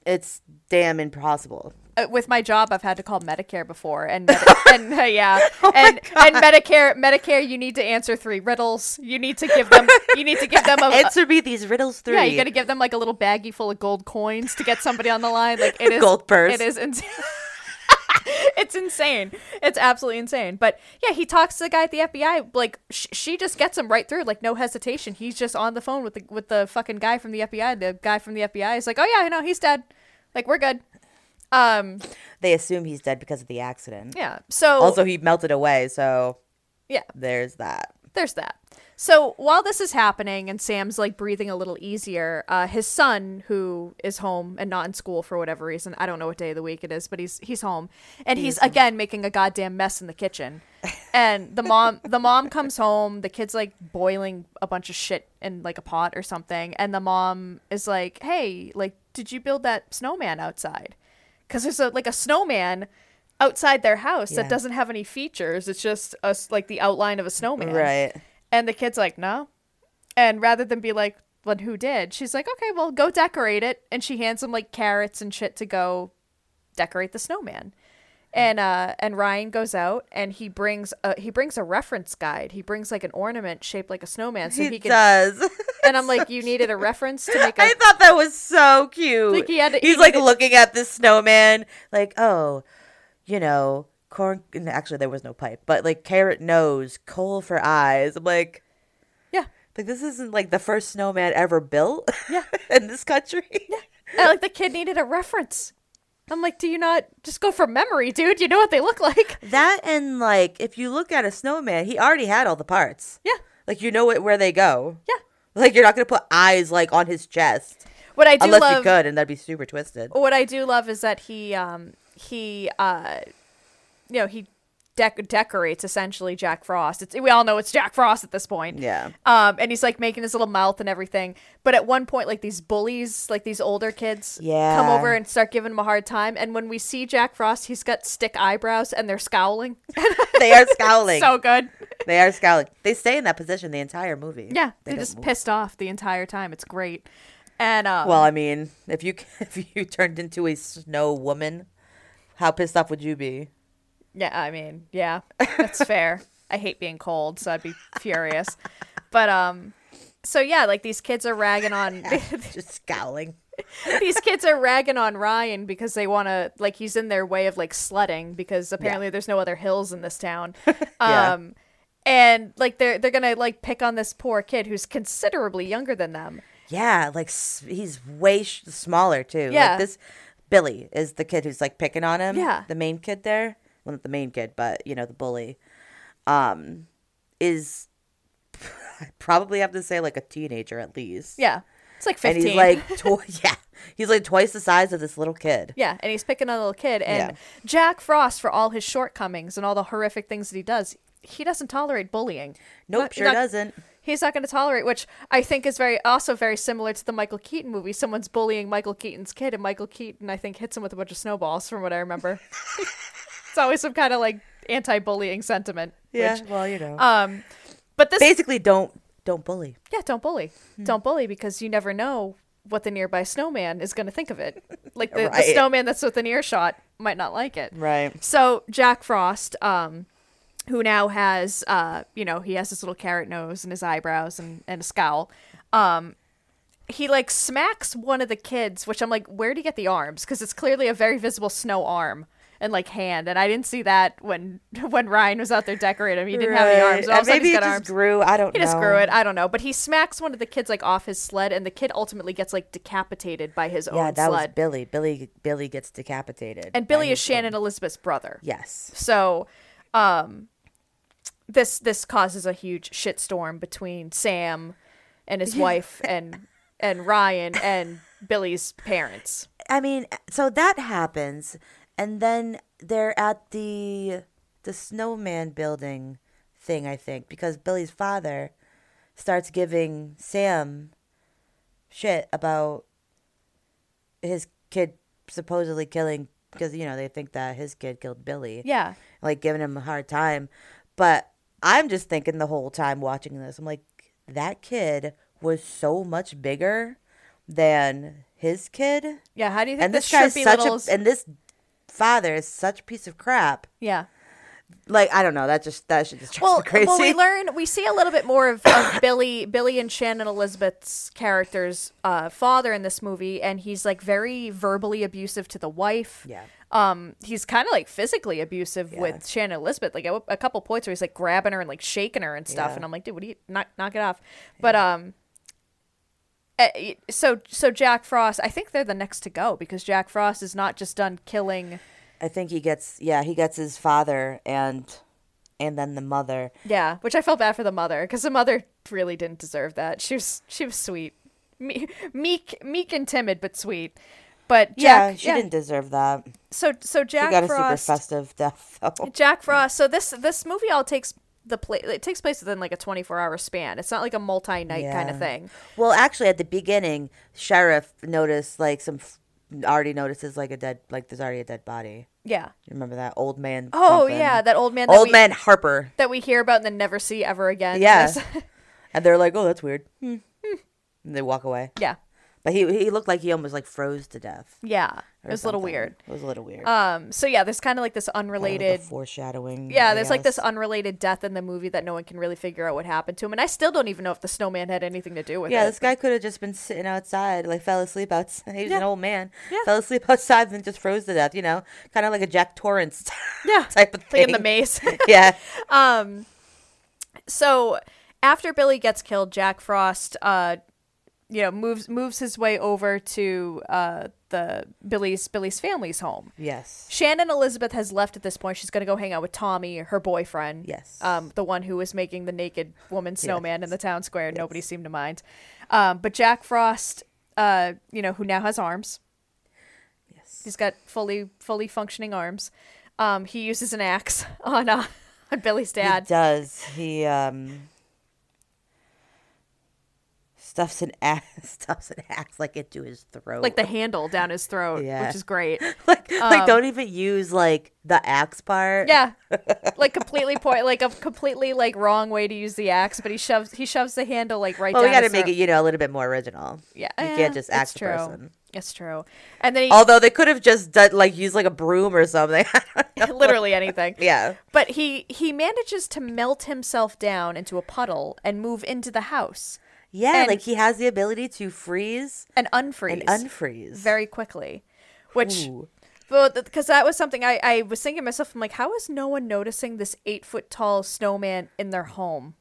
S1: it's damn impossible.
S2: uh, with my job, I've had to call Medicare before, and
S1: [laughs]
S2: Medi- and uh, yeah,
S1: Oh
S2: and and Medicare, Medicare, you need to answer three riddles. You need to give them, you need to give them
S1: [laughs]
S2: a.
S1: Answer me these riddles three.
S2: uh, yeah, you got to give them like a little baggie full of gold coins to get somebody on the line. Like
S1: [laughs]
S2: it is
S1: Gold purse.
S2: It is insane. [laughs] it's insane. It's absolutely insane. But yeah, he talks to the guy at the FBI. Like sh- she just gets him right through, like no hesitation. He's just on the phone with the with the fucking guy from the FBI. The guy from the FBI is like, oh yeah, I know he's dead. Like we're good. Um.
S1: they assume he's dead because of the accident.
S2: Yeah. So
S1: Also, he melted away, so
S2: yeah,
S1: there's that.
S2: there's that. So while this is happening and Sam's like breathing a little easier, uh, his son, who is home and not in school for whatever reason, I don't know what day of the week it is, but he's he's home and he's again making a goddamn mess in the kitchen. And the mom the mom comes home, the kid's like boiling a bunch of shit in like a pot or something, and the mom is like, "Hey, like, did you build that snowman outside?" Because there's a like a snowman outside their house
S1: Yeah.
S2: that doesn't have any features. It's just us like the outline of a snowman.
S1: Right.
S2: And the kid's like, no. And rather than be like, well, who did? She's like, okay, well, go decorate it. And she hands him like carrots and shit to go decorate the snowman. And uh, and Ryan goes out and he brings a he brings a reference guide. He brings like an ornament shaped like a snowman, so
S1: He,
S2: he, can.
S1: does. [laughs]
S2: And I'm like, you needed a reference to make a.
S1: I thought that was so cute.
S2: Like, he had to-
S1: He's
S2: he
S1: like
S2: needed-
S1: looking at this snowman, like, oh, you know, corn. and Actually, there was no pipe, but like carrot nose, coal for eyes. I'm like,
S2: yeah,
S1: like this isn't like the first snowman ever built
S2: Yeah.
S1: [laughs] in this country.
S2: and, like the kid needed a reference. I'm like, do you not just go from memory, dude? You know what they look like.
S1: That and like, if you look at a snowman, he already had all the parts.
S2: Yeah,
S1: Like you know what, where they go.
S2: yeah.
S1: Like you're not gonna put eyes like on his chest
S2: What I do
S1: unless
S2: love
S1: you could, and that'd be super twisted.
S2: what I do love is that he um he uh you know he dec- decorates essentially Jack Frost. It's we all know it's Jack Frost at this point.
S1: Yeah.
S2: Um and he's like making his little mouth and everything. But at one point like these bullies, like these older kids come
S1: Yeah.
S2: over and start giving him a hard time and when we see Jack Frost, he's got stick eyebrows and they're scowling.
S1: They are scowling.
S2: [laughs] so good.
S1: They are scowling. They stay in that position the entire movie.
S2: Yeah, they are
S1: don't
S2: just
S1: move.
S2: pissed off the entire time. It's great. And um,
S1: Well, I mean, if you [laughs] if you turned into a snow woman, how pissed off would you
S2: [laughs]
S1: be?
S2: Yeah, I mean, yeah,
S1: [laughs]
S2: that's fair. I hate being cold, so I'd be furious. But um, so yeah, like these kids are
S1: [laughs]
S2: ragging on [laughs]
S1: Just scowling.
S2: these kids are ragging on Ryan because they want to like he's in their way of like sledding because apparently there's no other hills in this town.
S1: [laughs] Yeah.
S2: Um, and like they're they're gonna like pick on this poor kid who's considerably younger than them.
S1: Yeah, like s- he's way sh- smaller too.
S2: Yeah.
S1: Like this Billy is the kid who's like picking on him.
S2: Yeah.
S1: The main kid there. Well, not the main kid, but you know the bully, um, is [laughs] I probably have to say like a teenager at least.
S2: Yeah, it's like
S1: And
S2: fifteen.
S1: he's like, tw- [laughs] yeah, he's like twice the size of this little kid.
S2: Yeah, and he's picking on a little kid. And
S1: Yeah.
S2: Jack Frost, for all his shortcomings and all the horrific things that he does, he doesn't tolerate bullying.
S1: Nope,
S2: Not-
S1: sure
S2: not-
S1: doesn't.
S2: He's not going to tolerate, which I think is very also very similar to the Michael Keaton movie. Someone's bullying Michael Keaton's kid, and Michael Keaton, I think, hits him with a bunch of snowballs, from what
S1: [laughs]
S2: I remember. it's always some kind of like anti-bullying sentiment.
S1: Yeah, Uh,
S2: Which,
S1: well, you know.
S2: um, but this
S1: Basically, don't don't bully.
S2: yeah, don't bully.
S1: Hmm.
S2: Don't bully because you never know what the nearby snowman is going to think of it. Like the, the
S1: Right.
S2: snowman that's within earshot might not like it.
S1: Right.
S2: So Jack Frost, um, who now has, uh, you know, he has his little carrot nose and his eyebrows and, and a scowl. Um, he like smacks one of the kids, which I'm like, where would he get the arms? Because it's clearly a very visible snow arm. and like hand. And I didn't see that when [laughs] when Ryan was out there decorating him. He didn't have any
S1: Right.
S2: arms. And
S1: And
S2: all of a sudden
S1: maybe
S2: he's
S1: it
S2: got
S1: just
S2: arms.
S1: grew. I don't
S2: He
S1: know.
S2: just grew it. I don't know. But he smacks one of the kids like off his sled, and the kid ultimately gets like decapitated by his
S1: Yeah,
S2: own
S1: that was
S2: sled.
S1: Billy. Billy. Billy gets decapitated.
S2: and Billy is Shannon Elizabeth's brother.
S1: Yes.
S2: So, um, this this causes a huge shitstorm between Sam and his wife and and Ryan and Billy's parents.
S1: I mean, so that happens, and then they're at the the snowman building thing, I think, because Billy's father starts giving Sam shit about his kid supposedly killing because you know they think that his kid killed Billy.
S2: Yeah.
S1: like giving him a hard time. But I'm just thinking the whole time watching this, I'm like, that kid was so much bigger than his kid,
S2: Yeah. How do you think
S1: and this guy's
S2: trippy
S1: such
S2: little?
S1: a, and this father is such a piece of crap.
S2: yeah.
S1: Like I don't know, that just that should just drives
S2: Well, uh,
S1: me [laughs] crazy.
S2: well, we learn we see a little bit more of, of Billy, Billy and Shannon Elizabeth's characters' uh, father in this movie, and he's like very verbally abusive to the wife.
S1: Yeah.
S2: Um, he's kind of like physically abusive
S1: Yeah.
S2: with Shannon Elizabeth. Like a, a couple points where he's like grabbing her and like shaking her and stuff,
S1: Yeah.
S2: and I'm like, dude, what do you knock knock it off? But um. eh, So so Jack Frost, I think they're the next to go because Jack Frost is not just done killing.
S1: I think he gets yeah, he gets his father and and then the mother.
S2: Yeah, which I felt bad for the mother because the mother really didn't deserve that. She was she was sweet, Me- meek, meek and timid, but sweet. But Jack,
S1: yeah, she didn't deserve that.
S2: So so
S1: She
S2: Jack
S1: got a super
S2: Frost.
S1: festive death [laughs] though.
S2: Jack Frost. So this this movie all takes the place. It takes place within like a twenty four hour span. It's not like a multi night kind of
S1: Yeah.
S2: thing.
S1: Well, actually, at the beginning, sheriff noticed like some f- already notices like a dead like there's already a dead body.
S2: Yeah.
S1: You remember that old man?
S2: Oh
S1: something.
S2: yeah, that old man. That
S1: old
S2: we,
S1: man Harper.
S2: that we hear about and then never see ever again.
S1: Yeah,
S2: There's-
S1: and they're like, oh, that's weird. Hmm. And they walk away.
S2: [laughs] yeah.
S1: But he he looked like he almost like froze to death.
S2: Yeah. It
S1: or
S2: was a little
S1: something.
S2: weird.
S1: It was a little weird.
S2: Um. So yeah, there's kind of like this
S1: Kinda like a
S2: unrelated
S1: foreshadowing.
S2: Yeah,
S1: I
S2: there's like
S1: guess.
S2: this unrelated death in the movie that no one can really figure out what happened to him, and I still don't even know if the snowman had anything to do with
S1: Yeah,
S2: it.
S1: this guy could have just been sitting outside, like fell asleep outside. [laughs] He was an old man.
S2: Yeah.
S1: Fell asleep [laughs] outside and then just froze to death, you know? Kind of like a Jack Torrance [laughs]
S2: Yeah.
S1: type of
S2: Like
S1: thing.
S2: in the maze. [laughs]
S1: [laughs] yeah.
S2: so after Billy gets killed, Jack Frost, uh, you know, moves moves his way over to uh, the Billy's Billy's family's home.
S1: Yes.
S2: [laughs] Shannon Elizabeth has left at this point. She's going to go hang out with Tommy, her boyfriend.
S1: Yes.
S2: Um, the one who was making the naked woman snowman in the town square. Nobody seemed to mind. Um, but Jack Frost, uh, you know, who now has arms. Yes. He's got fully fully functioning arms. Um, he uses an axe [laughs] on uh, on Billy's
S1: He
S2: dad.
S1: does. He um stuffs an axe [laughs] stuffs an axe like into his throat.
S2: Like the handle down his throat,
S1: Yeah.
S2: which is great.
S1: [laughs] like, like don't even use like the axe part.
S2: Yeah, like completely point, like a completely like wrong way to use the axe, but he shoves he shoves the handle like right.
S1: Well, we
S2: down
S1: got to
S2: his
S1: make
S2: throat.
S1: it, you know, a little bit more original.
S2: Yeah,
S1: you
S2: yeah,
S1: can't just
S2: it's
S1: axe the
S2: true.
S1: person.
S2: It's true. And then he
S1: Although they could have just done, like used like a broom or something.
S2: [laughs]
S1: [laughs]
S2: literally anything.
S1: yeah,
S2: But he he manages to melt himself down into a puddle and move into the house
S1: yeah.
S2: And-
S1: like he has the ability to freeze
S2: and unfreeze
S1: and unfreeze.
S2: very quickly, which.
S1: Ooh.
S2: Because that was something I, I was thinking to myself, I'm like, how is no one noticing this eight foot tall snowman in their home?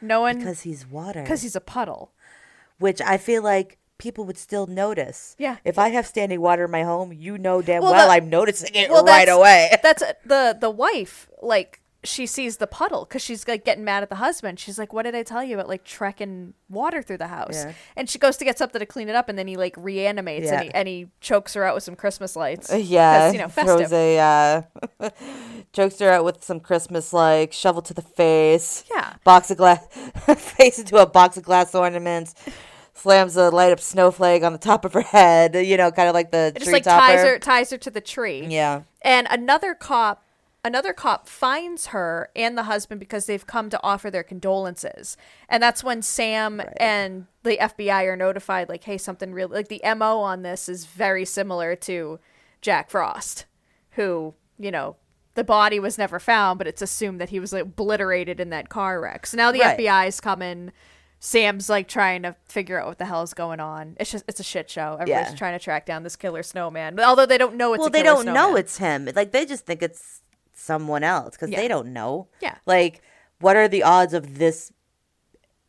S2: No one,
S1: because he's water.
S2: because he's a puddle.
S1: Which I feel like people would still notice.
S2: Yeah.
S1: If I have standing water in my home, you know damn
S2: Well,
S1: well,
S2: the-
S1: I'm noticing it right
S2: that's-
S1: away.
S2: [laughs] that's uh, the the wife. Like she sees the puddle because she's like getting mad at the husband. She's like, "What did I tell you about like trekking water through the house?"
S1: Yeah.
S2: And she goes to get something to clean it up, and then he like reanimates and,
S1: Yeah. Uh,
S2: he, and he chokes her out with some Christmas lights. 'Cause,
S1: Yeah,
S2: you know,
S1: throws
S2: festive.
S1: a uh, [laughs] jokes her out with some Christmas like shovel to the face.
S2: Yeah.
S1: box of glass [laughs] face into a box of glass ornaments. Slams a light up snowflake on the top of her head. You know, kind of like the
S2: It
S1: tree
S2: just like
S1: topper.
S2: ties her ties her to the tree.
S1: Yeah.
S2: And another cop another cop finds her and the husband because they've come to offer their condolences. And that's when Sam and the FBI are notified like hey something real like the MO on this is very similar to Jack Frost who, you know, the body was never found, but it's assumed that he was like, obliterated in that car wreck. So now the
S1: Right.
S2: FBI's coming Sam's like trying to figure out what the hell is going on. It's just it's a shit show. Everybody's
S1: Yeah.
S2: trying to track down this killer snowman, although they don't know it's
S1: well,
S2: a
S1: they
S2: killer
S1: don't know
S2: snowman.
S1: it's him. Like they just think it's someone else because
S2: Yeah.
S1: they don't know.
S2: Yeah.
S1: Like, what are the odds of this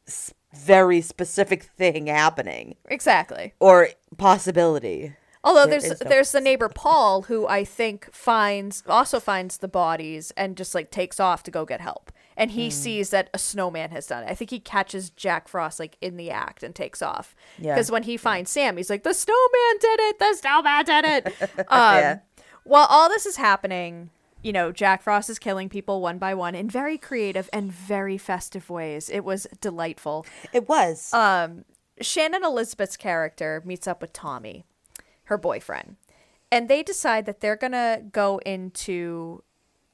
S1: s- very specific thing happening
S2: exactly.
S1: or possibility?
S2: Although
S1: There
S2: there's
S1: is no
S2: there's the neighbor Paul who I think finds also finds the bodies and just like takes off to go get help. And
S1: Hmm.
S2: he sees that a snowman has done it. I think he catches Jack Frost like in the act and takes off.
S1: Yeah.
S2: Because when he finds Sam, he's like, "The snowman did it! The snowman did it!"
S1: [laughs]
S2: Um,
S1: Yeah.
S2: While all this is happening, you know, Jack Frost is killing people one by one in very creative and very festive ways. It was delightful.
S1: It was.
S2: Shannon Elizabeth's character meets up with Tommy, her boyfriend, and they decide that they're gonna go into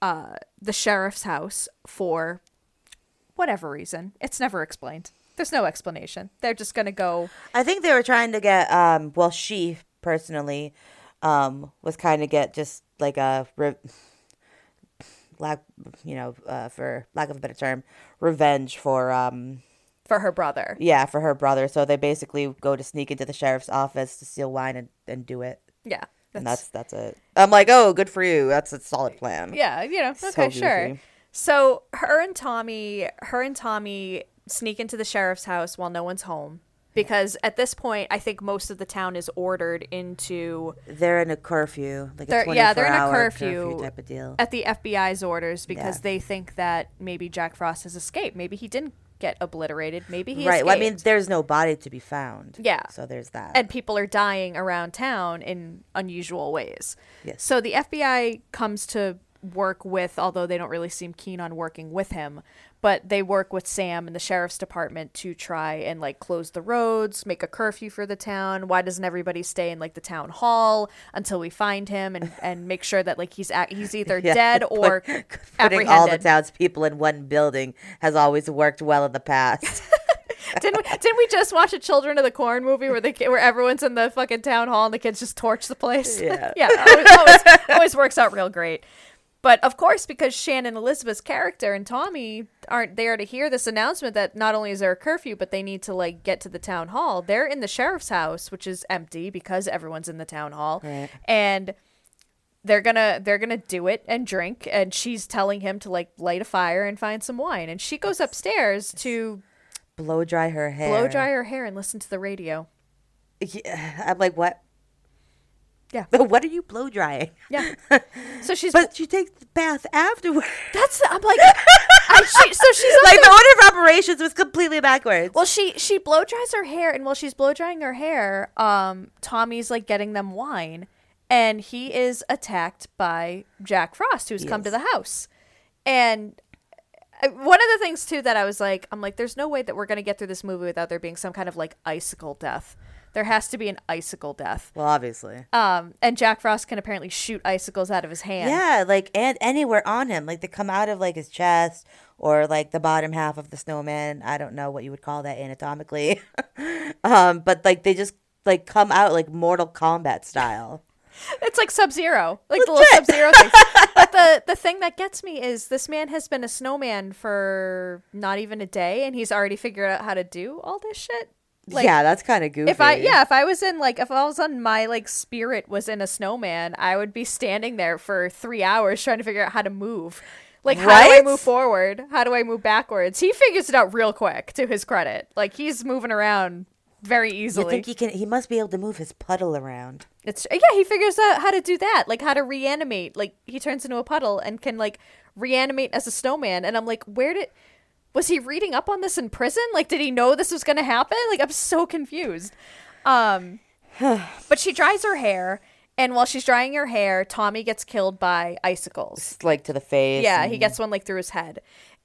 S2: uh, the sheriff's house for whatever reason. It's never explained. There's no explanation. They're just gonna go.
S1: I think they were trying to get um well she personally um was kind of get just like a re- lack you know uh, for lack of a better term revenge for um
S2: For her brother.
S1: yeah for her brother so they basically go to sneak into the sheriff's office to steal wine and, and do it
S2: Yeah.
S1: and that's that's it I'm like oh good for you that's a solid plan
S2: Yeah, you know,
S1: So
S2: okay, sure.
S1: goofy.
S2: So her and Tommy, her and Tommy sneak into the sheriff's house while no one's home because at this point, I think most of the town is ordered into
S1: they're in a curfew like
S2: They're-
S1: a
S2: yeah, they're in a
S1: 24 hour
S2: curfew.
S1: type of deal
S2: at the FBI's orders because
S1: Yeah.
S2: they think that maybe Jack Frost has escaped. Maybe he didn't get obliterated. Maybe he
S1: right well, I
S2: escaped.
S1: mean there's no body to be found
S2: Yeah.
S1: so there's that
S2: and people are dying around town in unusual ways.
S1: Yes.
S2: So the FBI comes to work with, although they don't really seem keen on working with him, but they work with Sam and the sheriff's department to try and like close the roads, make a curfew for the town. Why doesn't everybody stay in like the town hall until we find him and and make sure that like he's at, he's
S1: [laughs]
S2: either
S1: Yeah,
S2: dead
S1: put- [laughs]
S2: or
S1: putting all the
S2: apprehended.
S1: townspeople in one building has always worked well in the
S2: [laughs]
S1: past.
S2: didn't we, didn't we just watch a Children of the Corn movie where the ki- where everyone's in the fucking town hall and the kids just torch the place? [laughs]
S1: Yeah.
S2: always, always, always works out real great. But of course, because Shannon Elizabeth's character and Tommy aren't there to hear this announcement that not only is there a curfew, but they need to like get to the town hall. They're in the sheriff's house, which is empty because everyone's in the town hall,
S1: Right.
S2: and they're gonna they're gonna do it and drink. And she's telling him to like light a fire and find some wine. And she goes upstairs to
S1: Blow dry her hair.
S2: blow dry her hair and listen to the radio.
S1: Yeah, I'm like, what?
S2: Yeah.
S1: [laughs] What are you blow
S2: [laughs]
S1: drying? [laughs]
S2: Yeah. So she's
S1: But she takes the bath afterwards.
S2: [laughs]
S1: [laughs]
S2: that's the, I'm like I, she, so she's like
S1: like the order of operations was completely backwards.
S2: well she she blow dries her hair and while she's blow drying her hair, um Tommy's like getting them wine and he is attacked by Jack Frost who's come to the house. And uh, one of the things too that I was like I'm like there's no way that we're going to get through this movie without there being some kind of like icicle death. There has to be an icicle death.
S1: Well, obviously.
S2: Um, and Jack Frost can apparently shoot icicles out of his hand.
S1: Yeah, like and anywhere on him, like they come out of like his chest or like the bottom half of the snowman. I don't know what you would call that anatomically, [laughs] um, but like they just like come out like Mortal Kombat style.
S2: It's like Sub Zero, like the little
S1: [laughs]
S2: Sub Zero things. But the the thing that gets me is this man has been a snowman for not even a day, and he's already figured out how to do all this shit. Like,
S1: yeah, that's kind of goofy.
S2: If I yeah, if I was in like if I was on my like spirit was in a snowman, I would be standing there for three hours trying to figure out how to move. Like how do I
S1: Right?
S2: move forward? How do I move backwards? He figures it out real quick to his credit. Like he's moving around very
S1: You
S2: easily.
S1: think he can? He must be able to move his puddle around.
S2: It's yeah, he figures out how to do that, like how to reanimate. Like he turns into a puddle and can like reanimate as a snowman. And I'm like, where did was he reading up on this in prison? Like, did he know this was gonna happen? Like, I'm so confused. Um, but she dries her hair, and while she's drying her hair, Tommy gets killed by icicles.
S1: It's like to the face.
S2: Yeah,
S1: and-
S2: he gets one like through his head.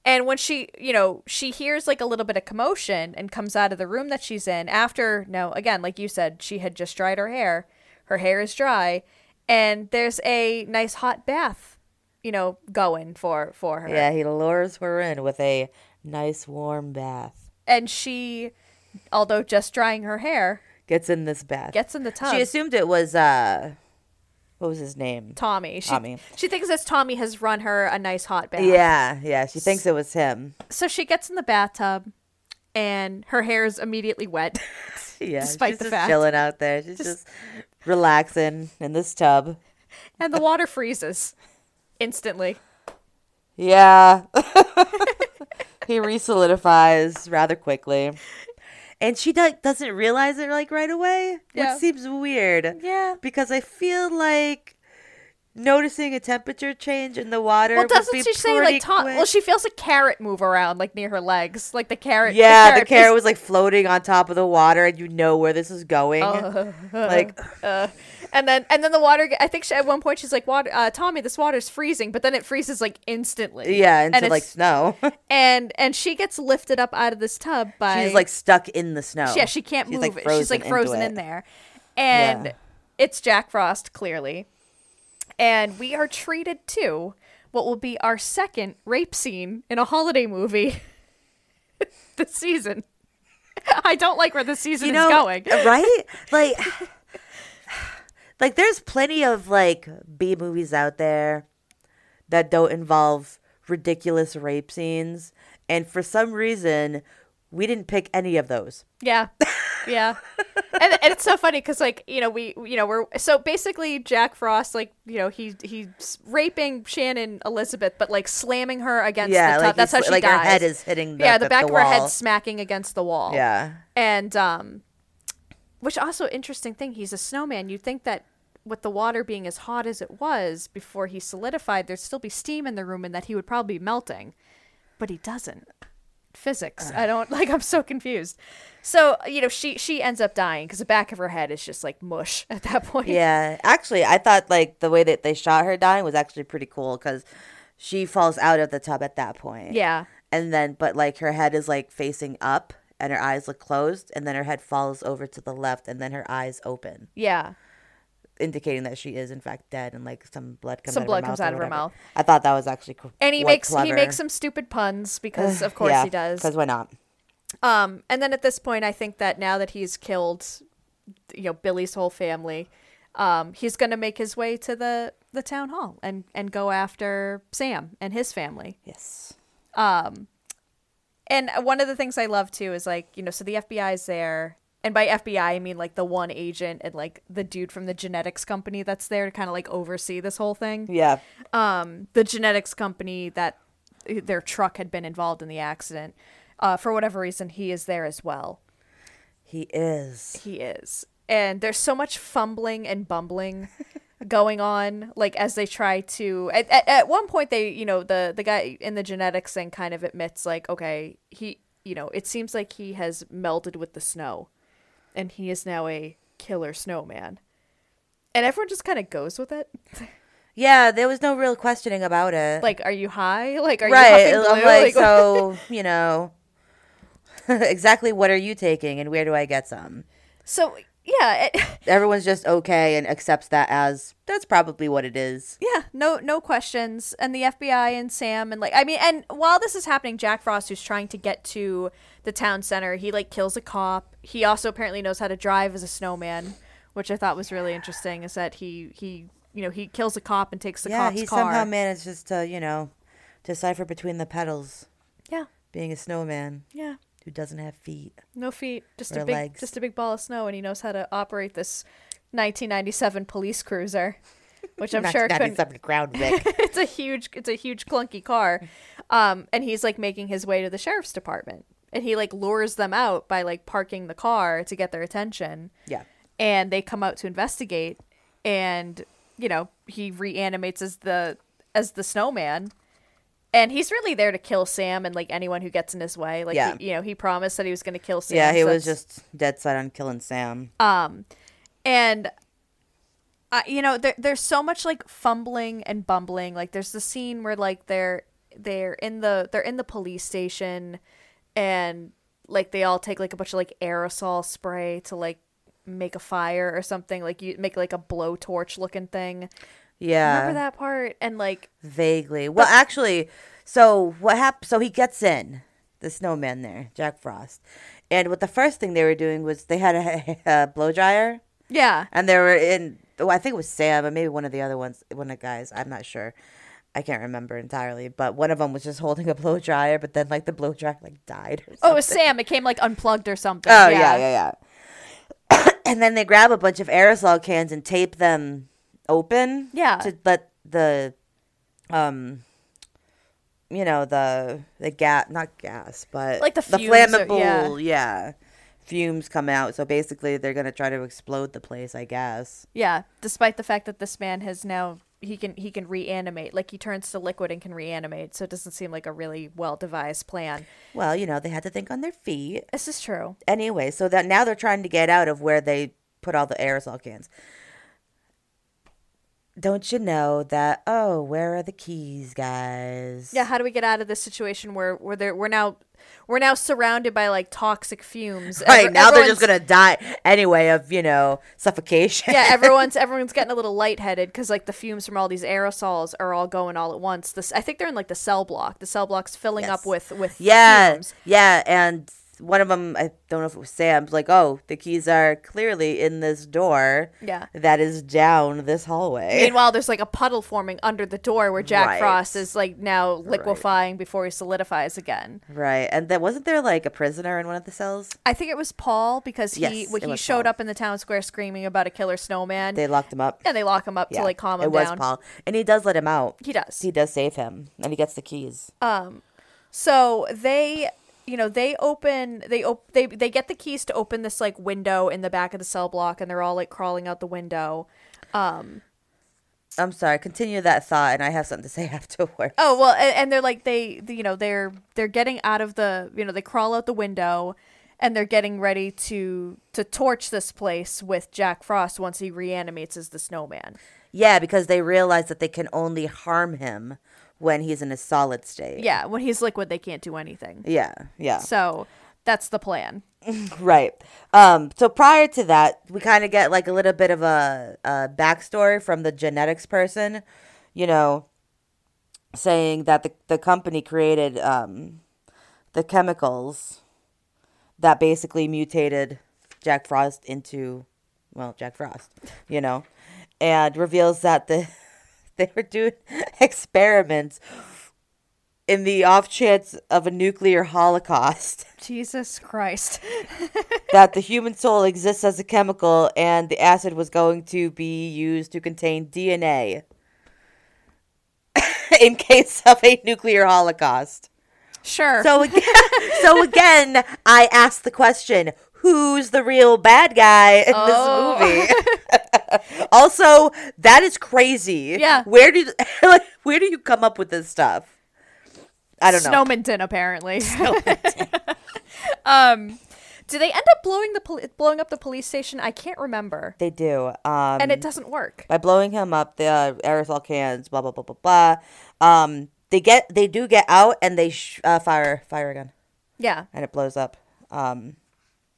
S2: And when she, you know, she hears like a little bit of commotion and comes out of the room that she's in after, no, again, like you said, she had just dried her hair. Her hair is dry and there's a nice hot bath, you know, going for for her.
S1: yeah, he lures her in with a nice warm bath.
S2: And she although just drying her hair
S1: Gets in this bath.
S2: gets in the tub.
S1: she assumed it was uh, what was his name?
S2: Tommy. She,
S1: Tommy.
S2: she thinks that Tommy has run her a nice hot bath.
S1: Yeah, yeah. She thinks it was him. [laughs]
S2: So she gets in the bathtub and her hair is immediately wet.
S1: Yeah,
S2: Despite
S1: she's
S2: the
S1: just
S2: fact-
S1: chilling out there. She's just, relaxing in this tub.
S2: and the water freezes instantly. [laughs]
S1: Yeah. he resolidifies rather quickly. And she do- doesn't realize it like right away,
S2: Yeah.
S1: which seems weird.
S2: Yeah.
S1: Because I feel like noticing a temperature change in the water.
S2: Well, doesn't
S1: would be
S2: she say
S1: pretty
S2: like ta-
S1: quick.
S2: Well, she feels a carrot move around like near her legs, like the carrot.
S1: Yeah, the
S2: is-
S1: carrot was like floating on top of the water, and you know where this is going.
S2: Oh.
S1: like,
S2: uh, and then and then the water. I think she, at one point she's like, "Water, uh, Tommy, this water's freezing," but then it freezes like instantly.
S1: yeah,
S2: and
S1: into like
S2: it's- [laughs]
S1: snow.
S2: and and she gets lifted up out of this tub by
S1: She's like stuck in the snow.
S2: yeah, she can't
S1: Oh. She's,
S2: move
S1: like,
S2: it. She's like
S1: frozen into
S2: frozen
S1: it.
S2: in there, and
S1: Yeah.
S2: it's Jack Frost clearly, and we are treated to what will be our second rape scene in a holiday movie [laughs] this season. I don't like where this season is going.
S1: uh,
S2: [laughs]
S1: right? Like, [sighs] like there's plenty of like B movies out there that don't involve ridiculous rape scenes, and for some reason, we didn't pick any of those.
S2: Yeah. Yeah. and, and it's so funny because like you know we you know we're so basically Jack Frost like you know he he's raping Shannon Elizabeth but like slamming her against
S1: Yeah,
S2: the tub
S1: like
S2: that's how
S1: he's-
S2: she
S1: like
S2: dies
S1: her head is hitting the,
S2: yeah the, back of her
S1: wall.
S2: head smacking against the wall [laughs]
S1: Yeah,
S2: and um which also interesting thing he's a snowman you'd think that with the water being as hot as it was before he solidified there'd still be steam in the room and that he would probably be melting but he doesn't physics i don't [laughs] like i'm so confused so you know she she ends up dying because the back of her head is just like mush [laughs] at that point
S1: yeah. Actually, I thought like the way that they shot her dying was actually pretty cool because she falls out of the tub at that point.
S2: yeah
S1: and then but like her head is like facing up and her eyes look closed and then her head falls over to the left and then her eyes open
S2: yeah
S1: indicating that she is in fact dead and like some blood comes
S2: Some
S1: out
S2: blood
S1: of her
S2: comes
S1: mouth
S2: out
S1: or
S2: of her
S1: whatever.
S2: mouth.
S1: i thought that was actually cool
S2: and he makes he makes some stupid puns
S1: [sighs]
S2: because of course he does
S1: because why not
S2: Um, and then at this point, I think that now that he's killed, you know, Billy's whole family, um, he's going to make his way to the the town hall and and go after Sam and his family.
S1: yes
S2: And one of the things I love too is like you know, so the FBI's there, and by FBI I mean like the one agent and like the dude from the genetics company that's there to kind of like oversee this whole thing
S1: yeah
S2: um, the genetics company that their truck had been involved in the accident. Uh, for whatever reason, he is there as well.
S1: he is
S2: He is. And there's so much fumbling and
S1: [laughs]
S2: bumbling going on, like as they try to. At, at, at one point, they, you know, the, the guy in the genetics thing kind of admits, like, okay, he, you know, it seems like he has melted with the snow and he is now a killer snowman. And everyone just kind of goes
S1: [laughs]
S2: with it.
S1: yeah there was no real questioning about it
S2: Like, are you high? Like, are
S1: right
S2: you
S1: i'm
S2: huffing
S1: like,
S2: glue? [laughs]
S1: so you know [laughs] exactly what are you taking and where do i get some
S2: So yeah, it, [laughs]
S1: everyone's just okay and accepts that as that's probably what it is
S2: yeah, no no questions. And the FBI and Sam and like I mean, and while this is happening, Jack Frost, who's trying to get to the town center, he like kills a cop. He also apparently knows how to drive as a snowman, which I thought was really interesting. Is that he he you know he kills a cop and takes the
S1: yeah,
S2: cop's
S1: he
S2: car.
S1: somehow manages to, you know, decipher between the petals,
S2: yeah,
S1: being a snowman
S2: yeah.
S1: who doesn't have feet.
S2: No feet, just
S1: Or
S2: a big
S1: legs.
S2: just a big ball of snow, and he knows how to operate this 1997 police cruiser,
S1: [laughs]
S2: which I'm sure
S1: Not
S2: couldn't,
S1: something ground
S2: [laughs]
S1: Vic.
S2: it's a huge it's a huge clunky car um and he's like making his way to the sheriff's department and he like lures them out by like parking the car to get their attention
S1: yeah.
S2: and they come out to investigate and you know he reanimates as the as the snowman and he's really there to kill Sam and like anyone who gets in his way. Like
S1: Yeah.
S2: he, you know, he promised that he was going to kill Sam.
S1: Yeah, he
S2: so Uh,
S1: was
S2: that's-
S1: just dead set on killing Sam.
S2: and uh, you know there, there's so much like fumbling and bumbling like there's the scene where like they're they're in the they're in the police station and like they all take like a bunch of like aerosol spray to like make a fire or something like you make like a blowtorch looking thing
S1: yeah.
S2: remember that part and like
S1: Vaguely. Well, actually, so what happened? So he gets in the snowman there, Jack Frost, and what the first thing they were doing was they had a, [laughs] a blow dryer.
S2: yeah
S1: and they were in oh, I think it was Sam and maybe one of the other ones one of the guys, I'm not sure. I can't remember entirely, but one of them was just holding a blow dryer, but then like the blow dryer like died. Or
S2: Oh, it
S1: something.
S2: was Sam. It came like unplugged or something.
S1: Oh yeah, yeah, yeah. [coughs] and then they grab a bunch of aerosol cans and tape them open.
S2: Yeah.
S1: To let the, um, you know the the gas, not gas, but
S2: Like the
S1: the
S2: fumes or-
S1: flammable, yeah. fumes come out. So basically, they're gonna try to explode the place, I guess.
S2: Yeah, despite the fact that this man has now he can he can reanimate. Like he turns to liquid and can reanimate, so it doesn't seem like a really well devised plan.
S1: Well, you know they had to think on their feet.
S2: This is true.
S1: anyway, so that now they're trying to get out of where they put all the aerosol cans. Don't you know that? Oh, where are the keys, guys?
S2: Yeah, how do we get out of this situation where where there we're now we're now surrounded by like toxic fumes.
S1: Right
S2: Every-
S1: now they're just
S2: everyone's-
S1: gonna die anyway of you know suffocation. [laughs]
S2: yeah, everyone's everyone's getting a little lightheaded because like the fumes from all these aerosols are all going all at once. This I think they're in like the cell block. The cell block's filling up
S1: Yes.
S2: with with
S1: yeah,
S2: fumes.
S1: yeah. And one of them, I don't know if it was Sam's, like, oh, the keys are clearly in this door.
S2: Yeah.
S1: that is down this hallway.
S2: Meanwhile, there's like a puddle forming under the door where Jack
S1: Right.
S2: Frost is like now liquefying before he solidifies again.
S1: right, and then wasn't there like a prisoner in one of the cells?
S2: I think it was Paul because he
S1: Yes,
S2: when
S1: it
S2: he
S1: was
S2: showed
S1: Paul.
S2: up in the town square screaming about a killer snowman.
S1: They locked him up.
S2: yeah, they lock him up to like calm him
S1: it was
S2: down.
S1: Paul, and he does let him out.
S2: He does.
S1: He does save him, and he gets the keys.
S2: So they, you know, they open they op- they they get the keys to open this like window in the back of the cell block, and they're all like crawling out the window.
S1: I'm sorry. Continue that thought, and I have something to say [laughs] afterward.
S2: Oh well, and, and they're like they, you know, they're they're getting out of the, you know, they crawl out the window, and they're getting ready to to torch this place with Jack Frost once he reanimates as the snowman.
S1: Yeah, because they realize that they can only harm him when he's in a solid state.
S2: Yeah, when he's liquid, they can't do anything.
S1: Yeah. Yeah.
S2: So that's the plan.
S1: Right. Um, so prior to that, we kind of get like a little bit of a, a backstory from the genetics person, you know, saying that the, the company created um, the chemicals that basically mutated Jack Frost into, well, Jack Frost, you know, and reveals that the [laughs] they were doing [laughs] experiments in the off chance of a nuclear holocaust
S2: Jesus Christ.
S1: that the human soul exists as a chemical and the acid was going to be used to contain DNA [laughs] in case of a nuclear holocaust.
S2: [laughs] Sure.
S1: So again, so again, I asked the question, who's the real bad guy in this movie? also, that is crazy.
S2: Yeah.
S1: Where do [laughs] like, where do you come up with this stuff? I don't know.
S2: Snowminton,
S1: [laughs]
S2: apparently. [laughs] um, do they end up blowing the poli- blowing up the police station? I can't remember,
S1: They do. Um
S2: and it doesn't work.
S1: by blowing him up the uh, aerosol cans blah blah blah blah blah um they get they do get out and they sh- uh, fire fire again
S2: Yeah,
S1: and it blows up um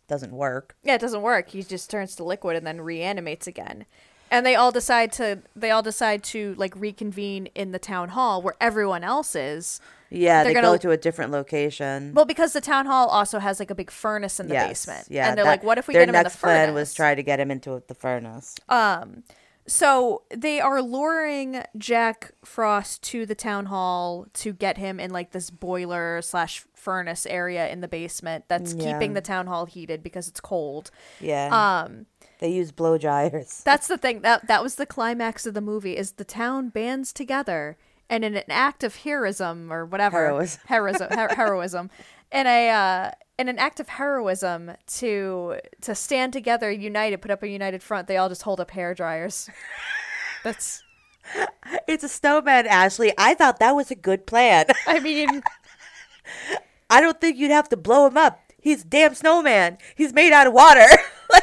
S1: doesn't work
S2: yeah, it doesn't work. He just turns to liquid and then reanimates again. And they all decide to they all decide to like reconvene in the town hall where everyone else is.
S1: yeah
S2: They're
S1: they
S2: gonna-
S1: go to a different location
S2: Well, because the town hall also has like a big furnace in the basement.
S1: yeah
S2: and they're
S1: that-
S2: like, what if we
S1: their
S2: get him in the
S1: next
S2: furnace?
S1: plan was try to get him into the furnace
S2: So they are luring Jack Frost to the town hall to get him in like this boiler slash furnace area in the basement that's
S1: Yeah.
S2: keeping the town hall heated because it's cold.
S1: yeah um they use blow dryers
S2: That's the thing that that was the climax of the movie is the town bands together and in an act of heroism or whatever
S1: Heroism.
S2: [laughs] heroism her- heroism in a uh, in an act of heroism to to stand together united put up a united front they all just hold up hair dryers. [laughs] That's
S1: [laughs] it's a snowman ashley i thought that was a good plan [laughs]
S2: I mean
S1: i don't think you'd have to blow him up he's a damn snowman he's made out of water [laughs]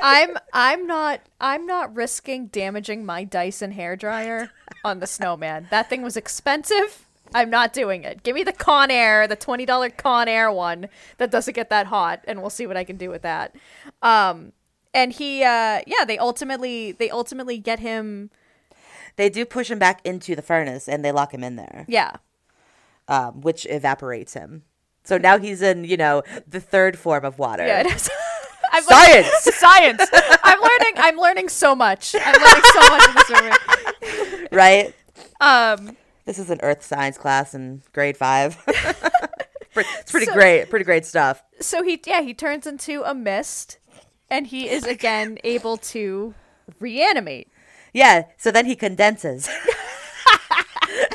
S2: I'm I'm not I'm not risking damaging my Dyson hairdryer on the snowman. That thing was expensive. I'm not doing it. Give me the Con Air, the twenty dollar Con Air one that doesn't get that hot, and we'll see what I can do with that. Um, and he, uh, yeah, they ultimately they ultimately get him.
S1: they do push him back into the furnace and they lock him in there
S2: Yeah,
S1: um, which evaporates him. So now he's in, you know, the third form of water. [laughs]
S2: yeah. It is. [laughs] I'm learning-
S1: Science.
S2: [laughs] science. I'm learning. I'm learning so much. I'm learning so much in this movie.
S1: right?
S2: Um,
S1: This is an earth science class in grade five. [laughs] it's pretty great. Pretty great stuff.
S2: So he yeah, he turns into a mist and he is again able to reanimate.
S1: Yeah. So then he condenses.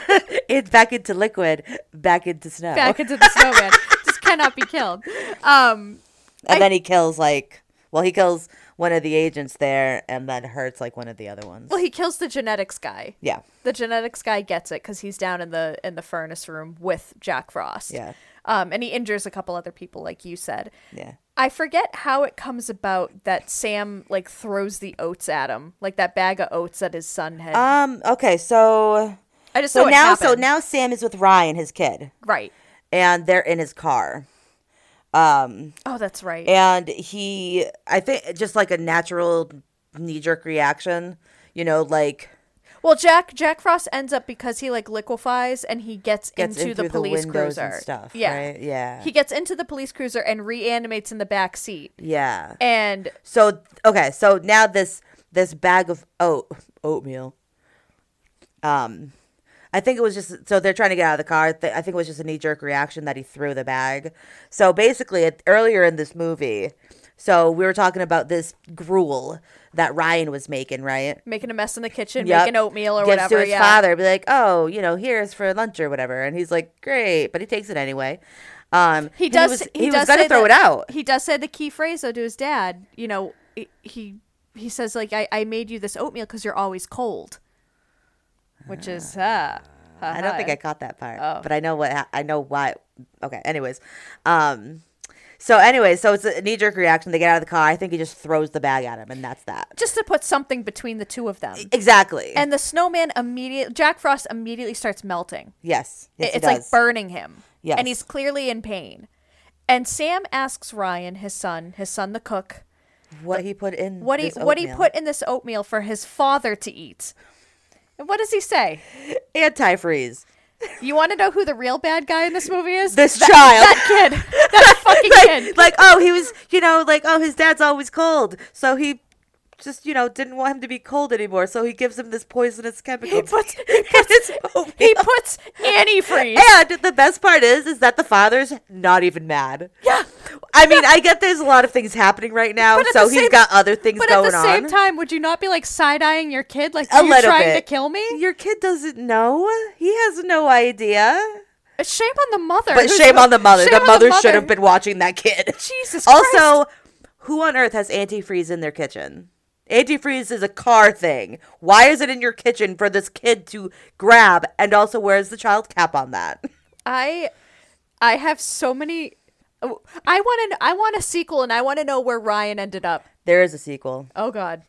S1: [laughs] it back into liquid, back into snow,
S2: Back into the snowman. Just cannot be killed. Um
S1: and then he kills like well, he kills one of the agents there, and then hurts like one of the other ones.
S2: well he kills the genetics guy.
S1: Yeah.
S2: The genetics guy gets it because he's down in the in the furnace room with Jack Frost.
S1: Yeah.
S2: Um, and he injures a couple other people, like you said.
S1: Yeah.
S2: I forget how it comes about that Sam like throws the oats at him, like that bag of oats at his son had.
S1: Um. Okay. So.
S2: I just
S1: So
S2: know it
S1: now, so
S2: happened.
S1: now Sam is with Ryan, his kid,
S2: right.
S1: and they're in his car. Um.
S2: Oh, that's right.
S1: and he i think just like a natural knee-jerk reaction you know like
S2: well, Jack Jack Frost ends up because he like liquefies and he gets,
S1: gets
S2: into the police
S1: windows
S2: cruiser.
S1: and stuff
S2: yeah,
S1: right? yeah
S2: he gets into the police cruiser and reanimates in the back seat.
S1: yeah
S2: And
S1: so okay so now this this bag of oat oatmeal um i think it was just so they're trying to get out of the car Th- i think it was just a knee-jerk reaction that he threw the bag so basically at, earlier in this movie so we were talking about this gruel that ryan was making right
S2: making a mess in the kitchen,
S1: Yep.
S2: making oatmeal or
S1: Gives
S2: whatever.
S1: to his
S2: yeah,
S1: father, be like, "Oh, you know, here's for lunch or whatever," and he's like, "Great," but he takes it anyway. Um,
S2: he does.
S1: Was, he
S2: he, does
S1: was gonna
S2: say
S1: throw
S2: that-
S1: it out.
S2: He does say the key phrase though to his dad. You know, he he, he says like, I, "I made you this oatmeal because you're always cold," which is uh,
S1: I don't think I caught that part,
S2: Oh.
S1: but I know what ha- I know why. Okay, anyways, um, so anyway, so it's a knee jerk reaction. They get out of the car. I think he just throws the bag at him, and that's that.
S2: just to put something between the two of them.
S1: Exactly.
S2: And the snowman immediate Jack Frost immediately starts melting.
S1: yes, yes, he
S2: it's like
S1: does.
S2: burning him.
S1: Yes.
S2: And he's clearly in pain. And Sam asks Ryan, his son, his son the cook,
S1: what he put in.
S2: what he
S1: this
S2: what he
S1: oatmeal.
S2: put in this oatmeal for his father to eat. And what does he say?
S1: antifreeze.
S2: You want to know who the real bad guy in this movie is?
S1: This
S2: That-
S1: child.
S2: That
S1: [laughs]
S2: kid. That fucking kid.
S1: like, like, oh, he was, you know, like, oh, his dad's always cold. So he just, you know, didn't want him to be cold anymore. So he gives him this poisonous chemical.
S2: He puts- [laughs] he
S1: in his oatmeal.
S2: He puts antifreeze.
S1: [laughs] and the best part is, is that the father's not even mad.
S2: yeah.
S1: I mean, I get there's a lot of things happening right now,
S2: But at
S1: so
S2: the
S1: he's
S2: same-
S1: got other things
S2: But at
S1: going
S2: the same
S1: on.
S2: time, would you not be like side eyeing your kid? Like,
S1: A
S2: are you
S1: little
S2: trying
S1: bit.
S2: to kill me?
S1: Your kid doesn't know. He has no idea.
S2: Uh, Shame on the mother.
S1: But
S2: who's-
S1: shame on the mother.
S2: shame
S1: The
S2: on
S1: mother, should have been watching that kid.
S2: [laughs] Jesus
S1: Also, who on earth has antifreeze in their kitchen? Antifreeze is a car thing. Why is it in your kitchen for this kid to grab? And also, where's the child cap on that? [laughs]
S2: I, I have so many. oh, I want to. I want a sequel, and I want to know where Ryan ended up.
S1: There is a sequel. [laughs]
S2: Oh God,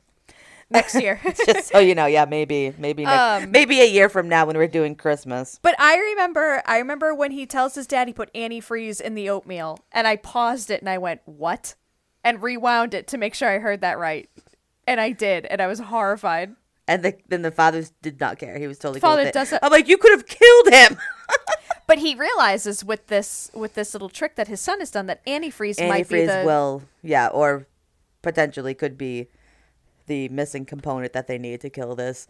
S2: next year.
S1: Just so you know, yeah, maybe, maybe, next,
S2: Um,
S1: maybe a year from now when we're doing Christmas.
S2: but I remember. I remember when he tells his dad he put antifreeze in the oatmeal, and I paused it and I went, "What?" and rewound it to make sure I heard that right, and I did, and I was horrified.
S1: And the, then the father did not care. He was totally cool
S2: Father
S1: with it.
S2: doesn't-
S1: I'm like, you could have killed him. [laughs]
S2: But he realizes with this with this little trick that his son has done that antifreeze, might be
S1: antifreeze
S2: the
S1: will yeah or potentially could be the missing component that they need to kill this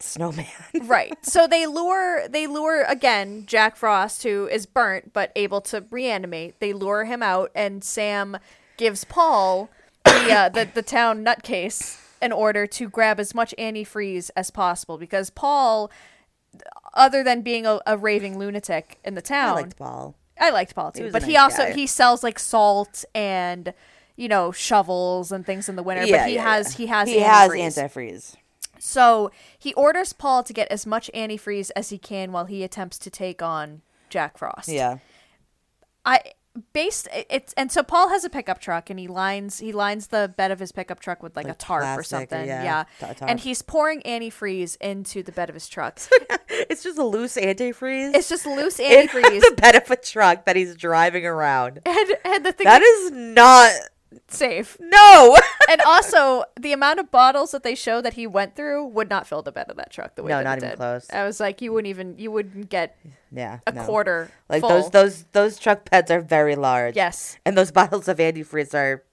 S1: snowman [laughs]
S2: right so they lure they lure again jack frost who is burnt but able to reanimate they lure him out and sam gives paul the uh, [coughs] the, the town nutcase in order to grab as much antifreeze as possible because paul other than being a, a raving lunatic in the
S1: i
S2: town
S1: liked paul
S2: I liked Paul too,
S1: was a
S2: but he
S1: nice
S2: also
S1: guy.
S2: he sells like salt and you know shovels and things in the winter. but he has he has
S1: he has
S2: antifreeze.
S1: antifreeze
S2: So he orders Paul to get as much antifreeze as he can while he attempts to take on Jack Frost. [laughs]
S1: yeah
S2: I based it's and so Paul has a pickup truck and he lines he lines the bed of his pickup truck with like, a tarp or
S1: plastic or-
S2: something.
S1: yeah,
S2: Yeah.
S1: ta- tarp.
S2: And he's pouring antifreeze into the bed of
S1: [laughs]
S2: his truck.
S1: it's just a loose antifreeze
S2: it's just loose
S1: in [laughs]
S2: antifreeze.
S1: the bed of a truck that he's driving around
S2: [laughs] and, and the thing
S1: that is not
S2: that's safe.
S1: no [laughs]
S2: and also the amount of bottles that they show that he went through would not fill the bed of that truck the way
S1: No,
S2: that
S1: not
S2: it
S1: even
S2: did.
S1: close.
S2: I was like, you wouldn't even you wouldn't get
S1: yeah
S2: a
S1: no.
S2: quarter
S1: like
S2: full.
S1: those those those truck beds are very large
S2: Yes.
S1: [laughs] and those bottles of antifreeze are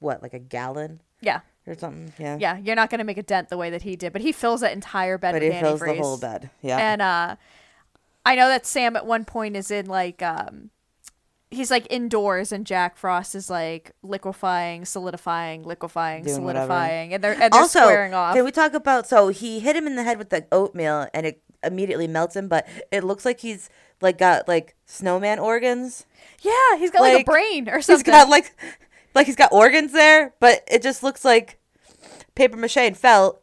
S1: what like a gallon
S2: Yeah.
S1: or something. Yeah.
S2: Yeah. You're not going to make a dent the way that he did, but he fills that entire bed
S1: But
S2: with
S1: it fills
S2: antifreeze.
S1: the whole bed. Yeah.
S2: And uh, I know that Sam at one point is in like, um, he's like indoors and Jack Frost is like liquefying, solidifying, liquefying,
S1: Doing whatever.
S2: solidifying. And they're, and they're
S1: also,
S2: squaring off.
S1: can we talk about? So he hit him in the head with the oatmeal, and it immediately melts him. But it looks like he's like got like snowman organs.
S2: yeah. He's got like, a
S1: like,
S2: brain or something.
S1: He's [laughs] got like like he's got organs there, but it just looks like paper mache and felt.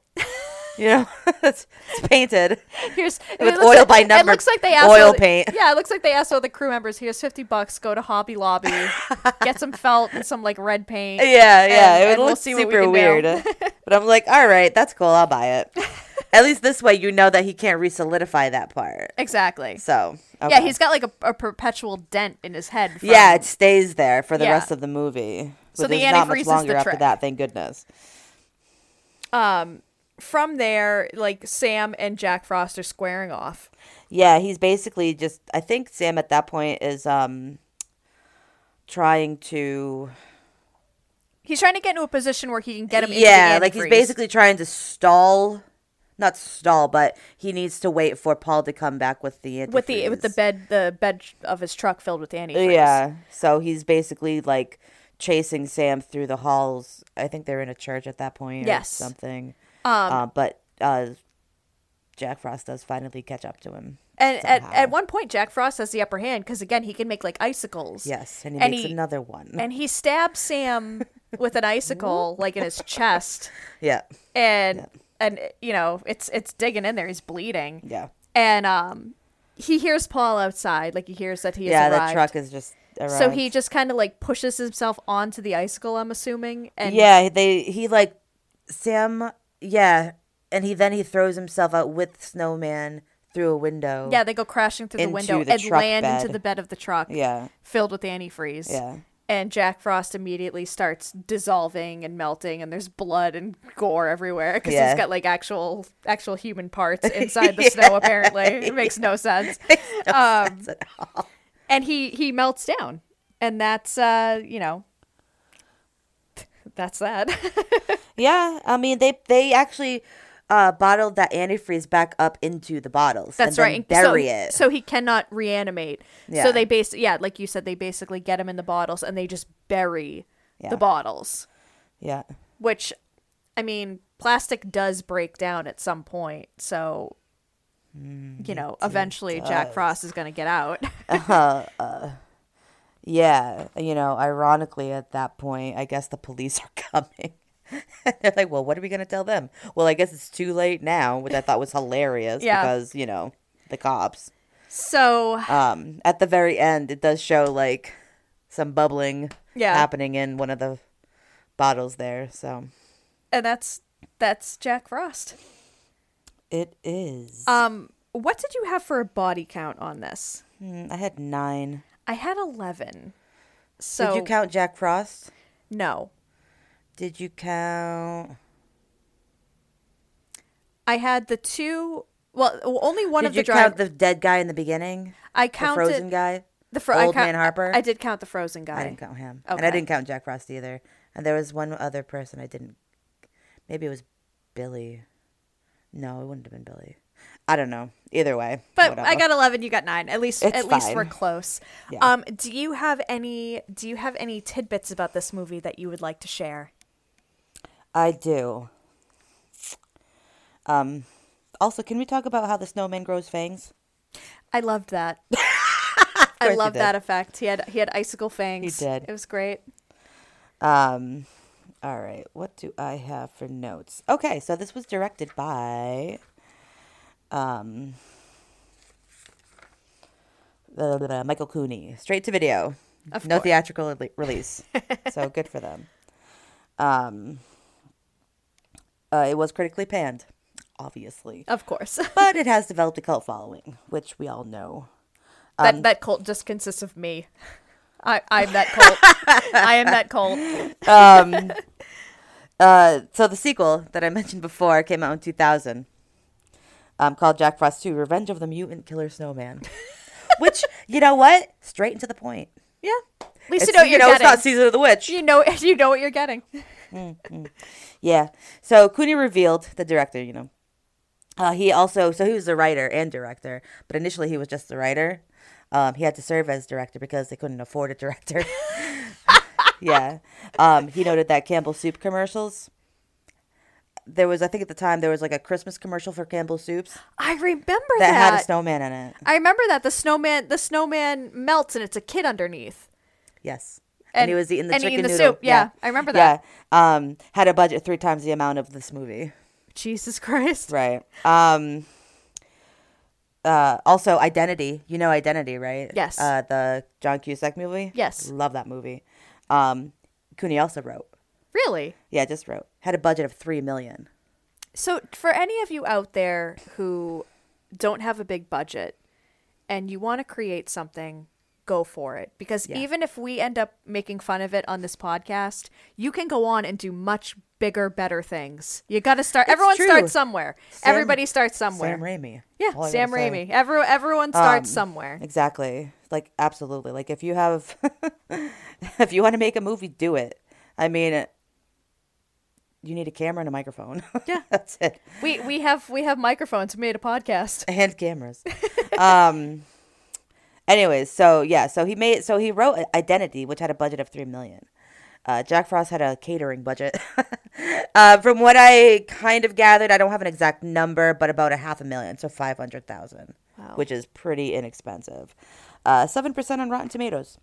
S1: You know, [laughs] it's, it's painted.
S2: Here's
S1: With
S2: it looks
S1: oil
S2: like-
S1: by
S2: It
S1: number
S2: looks like they asked
S1: oil
S2: all the-
S1: paint.
S2: [laughs] Yeah, it looks like they asked all the crew members. Here's fifty bucks. Go to Hobby Lobby,
S1: [laughs]
S2: get some felt and some like red paint.
S1: Yeah, yeah.
S2: and
S1: it
S2: we'll
S1: looks
S2: see what we
S1: super
S2: can
S1: weird.
S2: [laughs] do.
S1: but I'm like, all right, that's cool. I'll buy
S2: [laughs]
S1: it. At least this way, you know that he can't resolidify that part.
S2: Exactly.
S1: So
S2: Yeah,
S1: okay.
S2: he's got like a, a perpetual dent in his head. From,
S1: yeah. It stays there for the
S2: Yeah.
S1: rest of the movie.
S2: So
S1: which
S2: the
S1: is not
S2: antifreeze
S1: much
S2: is the
S1: longer after
S2: trick.
S1: that. Thank goodness.
S2: Um, from there, like Sam and Jack Frost are squaring off.
S1: Yeah, he's basically just. I think Sam at that point is um trying to.
S2: He's trying to get into a position where he can get him. Into
S1: yeah,
S2: the
S1: like he's
S2: antifreeze.
S1: basically trying to stall. Not stall, but he needs to wait for Paul to come back with the
S2: with the with the
S1: antifreeze.
S2: bed the bed of his truck filled with antifreeze.
S1: Yeah. So he's basically like chasing Sam through the halls. I think they're in a church at that point. Or
S2: Yes. Um,
S1: Something. Uh, but uh, Jack Frost does finally catch up to him.
S2: And at,
S1: somehow.
S2: at one point, Jack Frost has the upper hand because again, he can make like icicles.
S1: Yes, and he
S2: And
S1: makes
S2: he-
S1: another one.
S2: and he stabs Sam with an icicle like in his chest
S1: [laughs] [laughs] yeah.
S2: and and you know it's it's digging in there he's bleeding
S1: Yeah.
S2: and um he hears Paul outside like he hears that he has
S1: Yeah,
S2: arrived
S1: the truck is just arrived.
S2: so he just kind of like pushes himself onto the icicle I'm assuming and
S1: Yeah, they he like Sam yeah, and he then he throws himself out with Snowman through a window.
S2: yeah they go crashing through the
S1: Into
S2: window
S1: the
S2: and
S1: truck
S2: land into
S1: bed.
S2: the bed of the truck
S1: Yeah.
S2: filled with antifreeze
S1: Yeah.
S2: and Jack Frost immediately starts dissolving and melting, and there's blood and gore everywhere because
S1: Yeah.
S2: he's got like actual actual human
S1: [laughs]
S2: parts inside the snow. Apparently, it makes no sense. um, And he he melts down, and that's uh you know that's that. [laughs]
S1: Yeah, I mean they they actually uh, bottled that antifreeze back up into the bottles. and
S2: that's
S1: then
S2: right. and
S1: Bury
S2: so,
S1: it.
S2: so he cannot reanimate.
S1: Yeah.
S2: So they base yeah, like you said, they basically get him in the bottles and they just bury
S1: Yeah.
S2: the bottles.
S1: yeah,
S2: which i mean plastic does break down at some point so
S1: Mm,
S2: you know eventually jack frost is going to get out [laughs]
S1: yeah. You know, ironically, at that point, I guess the police are [laughs] coming. They're like, well, what are we gonna tell them? Well, I guess it's too late now, which I thought was hilarious
S2: Yeah.
S1: because you know the cops.
S2: so
S1: Um, at the very end, it does show like some bubbling
S2: Yeah.
S1: happening in one of the bottles there. So
S2: and that's that's jack frost
S1: it is.
S2: um what did you have for a body count on this
S1: Mm, I had nine.
S2: i had 11 so
S1: Did you count Jack Frost?
S2: no
S1: Did you count?
S2: i had the two well only one
S1: Did
S2: of
S1: you
S2: the drive-
S1: count the dead guy in the beginning?
S2: i
S1: the
S2: counted
S1: frozen guy.
S2: the fro- I
S1: old
S2: count-
S1: man Harper.
S2: i did count the frozen guy
S1: I didn't count him, and I
S2: Okay.
S1: didn't count Jack Frost either. And there was one other person I didn't. Maybe it was Billy. No, it wouldn't have been Billy. I don't know. Either way,
S2: But
S1: whatever.
S2: I got eleven. You got nine. At least,
S1: It's
S2: at least
S1: fine.
S2: we're close.
S1: Yeah.
S2: Um, do you have any? Do you have any tidbits about this movie that you would like to share?
S1: I do. Um. Also, can we talk about how the snowman grows fangs?
S2: I loved
S1: [laughs]
S2: that. [laughs]
S1: course
S2: I
S1: you
S2: loved
S1: did.
S2: that effect. He had he had icicle fangs.
S1: He did.
S2: It was great.
S1: Um. All right. What do I have for notes? Okay. So this was directed by. Um. blah, blah, blah, Michael Cooney, straight to video,
S2: Of
S1: no
S2: course.
S1: theatrical
S2: [laughs]
S1: rele- release. so good for them. Um. uh, it was critically panned,
S2: [laughs]
S1: obviously,
S2: Of course.
S1: but it has developed a cult following, which we all know. Um,
S2: that that cult just consists of me. I I'm that
S1: [laughs]
S2: cult. I am that cult.
S1: Uh, so the sequel that I [laughs] mentioned before came out in 2000, um, called Jack
S2: [laughs]
S1: Frost 2: Revenge of the Mutant Killer Snowman, which you know what, straight and to the point. Yeah.
S2: At least
S1: It's,
S2: you know what
S1: you
S2: you're
S1: know, it's
S2: getting.
S1: not season of the witch.
S2: you know, [laughs] you know what you're getting.
S1: Yeah. So Cooney revealed the director, you know. Uh, he also so he was the writer and director, but initially he was just the writer. Um, he had to serve as director because they couldn't afford a director. [laughs] yeah. Um, he noted that Campbell Soup commercials. There was, I think, at the time there was like a Christmas commercial for Campbell Soups
S2: I remember
S1: that
S2: that.
S1: had a snowman in it.
S2: I remember that the snowman the snowman melts and it's a kid underneath.
S1: Yes. And,
S2: And-
S1: he was eating the
S2: and
S1: chicken
S2: eating the
S1: noodle.
S2: soup. Yeah, I remember that.
S1: Yeah. Um, had a budget three times the amount of this movie.
S2: Jesus Christ.
S1: Right. Um uh also Identity. You know Identity, right?
S2: Yes.
S1: Uh the John Cusack movie?
S2: Yes.
S1: Love that movie. Um Cooney also wrote.
S2: Really?
S1: Yeah, just wrote. Had a budget of 3 million.
S2: So for any of you out there who don't have a big budget and you want to create something, go for it because even if we end up making fun of it on this podcast, you can go on and do much bigger, better things. You got to start. everyone
S1: true.
S2: starts somewhere. Everybody starts somewhere.
S1: Sam Raimi.
S2: yeah,
S1: All I
S2: Sam
S1: gotta say. Um,
S2: Raimi. Every, everyone starts somewhere.
S1: Exactly. Like absolutely. Like if you have [laughs] if you want to make a movie, do it. I mean, you need a camera and a microphone. [laughs] Yeah. That's it.
S2: We we have we have microphones. We made a podcast.
S1: and cameras. um. Anyways, so yeah, so he made so he wrote Identity, which had a budget of three million. Uh, Jack Frost had a catering budget. [laughs] uh, from what I kind of gathered, I don't have an exact number, but about a half a million, so five hundred thousand, which is pretty inexpensive. Uh, Seven percent on Rotten
S2: [laughs]
S1: Tomatoes.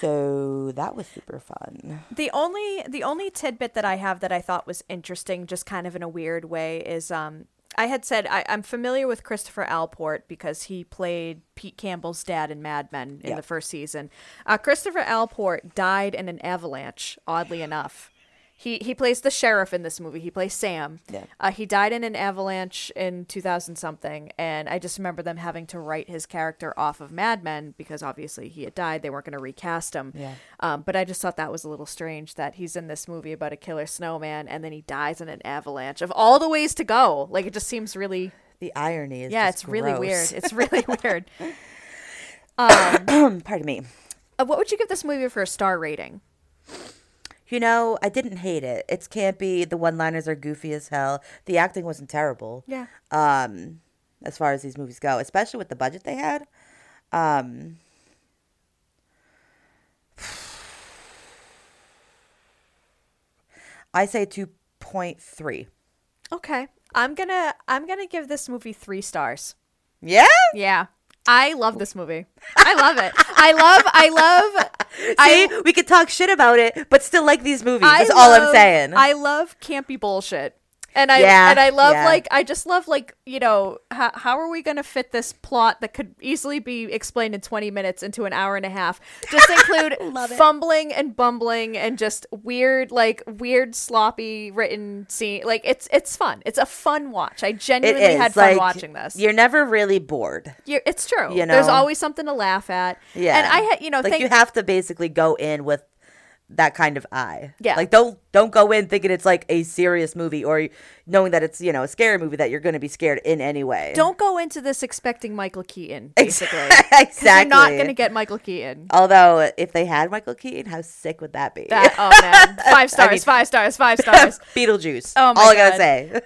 S1: so that was super fun.
S2: The only the only tidbit that I have that I thought was interesting, just kind of in a weird way, is um I had said I, I'm familiar with Christopher Alport because he played Pete Campbell's dad in Mad Men in
S1: Yeah.
S2: the first season. Uh, Christopher Alport died in an avalanche, oddly enough. He he plays the sheriff in this movie. He plays Sam.
S1: Yeah.
S2: Uh, he died in an avalanche in 2000 something, and I just remember them having to write his character off of Mad Men because obviously he had died. They weren't going to recast him.
S1: Yeah.
S2: Um, but I just thought that was a little strange that he's in this movie about a killer snowman and then he dies in an avalanche. Of all the ways to go, like it just seems really
S1: The irony is
S2: yeah,
S1: just
S2: it's really weird.
S1: gross. [laughs]
S2: It's really weird.
S1: Pardon me.
S2: Uh, what would you give this movie for a star rating?
S1: You know, I didn't hate it. It's campy. The one-liners are goofy as hell. The acting wasn't terrible.
S2: Yeah.
S1: Um, as far as these movies go, especially with the budget they had. Um. I say two point three.
S2: Okay, I'm gonna I'm gonna give this movie three stars.
S1: Yeah.
S2: Yeah. I love this movie. I love it. I love I [laughs] love
S1: See,
S2: I
S1: we could talk shit about it, but still like these movies.
S2: I
S1: That's all I'm
S2: love-
S1: saying.
S2: I love campy bullshit. And I
S1: Yeah,
S2: and I love
S1: yeah.
S2: like I just love like, you know, how, how are we going to fit this plot that could easily be explained in 20 minutes into an hour and a half?
S1: [laughs]
S2: Just include fumbling and bumbling and just weird like weird sloppy written scene. Like it's it's fun. It's a fun watch. I
S1: it
S2: genuinely
S1: is
S2: had fun
S1: like
S2: watching this.
S1: You're never really bored.
S2: You're, it's true.
S1: You
S2: There's
S1: know?
S2: always something to laugh at.
S1: Yeah.
S2: And I had, you know,
S1: like
S2: thank
S1: you have to basically go in with that kind of eye.
S2: Yeah.
S1: Like don't don't go in thinking it's like a serious movie or knowing that it's, you know, a scary movie that you're going to be scared in anyway.
S2: don't go into this expecting Michael Keaton, basically.
S1: [laughs] exactly.
S2: You're not going to get
S1: [laughs]
S2: Michael Keaton.
S1: Although if they had Michael Keaton, how sick would that be? [laughs]
S2: That, oh man. Five stars,
S1: mean-
S2: five stars, five stars.
S1: Beetlejuice.
S2: Oh my
S1: All I got to
S2: God.
S1: say.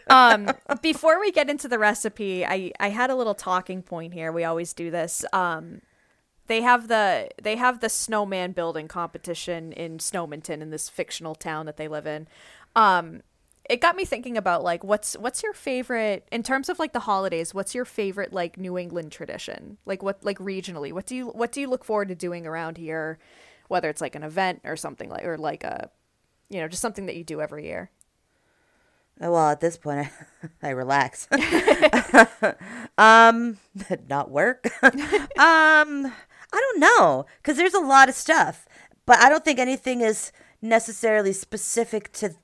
S2: um, before we get into the recipe, I, I had a little talking point here. We always do this. Um, they have the they have the snowman building competition in Snowminton in this fictional town that they live in. Um, it got me thinking about like what's what's your favorite in terms of like the holidays. What's your favorite like New England tradition? Like what like regionally? What do you what do you look forward to doing around here? Whether it's like an event or something like or like a you know just something that you do every year.
S1: Oh, Well, at this point, [laughs] I, I
S2: [laughs]
S1: relax. [laughs] um, [laughs] not
S2: [laughs]
S1: work. um, I don't know because there's a lot of stuff, but I don't think anything is necessarily specific to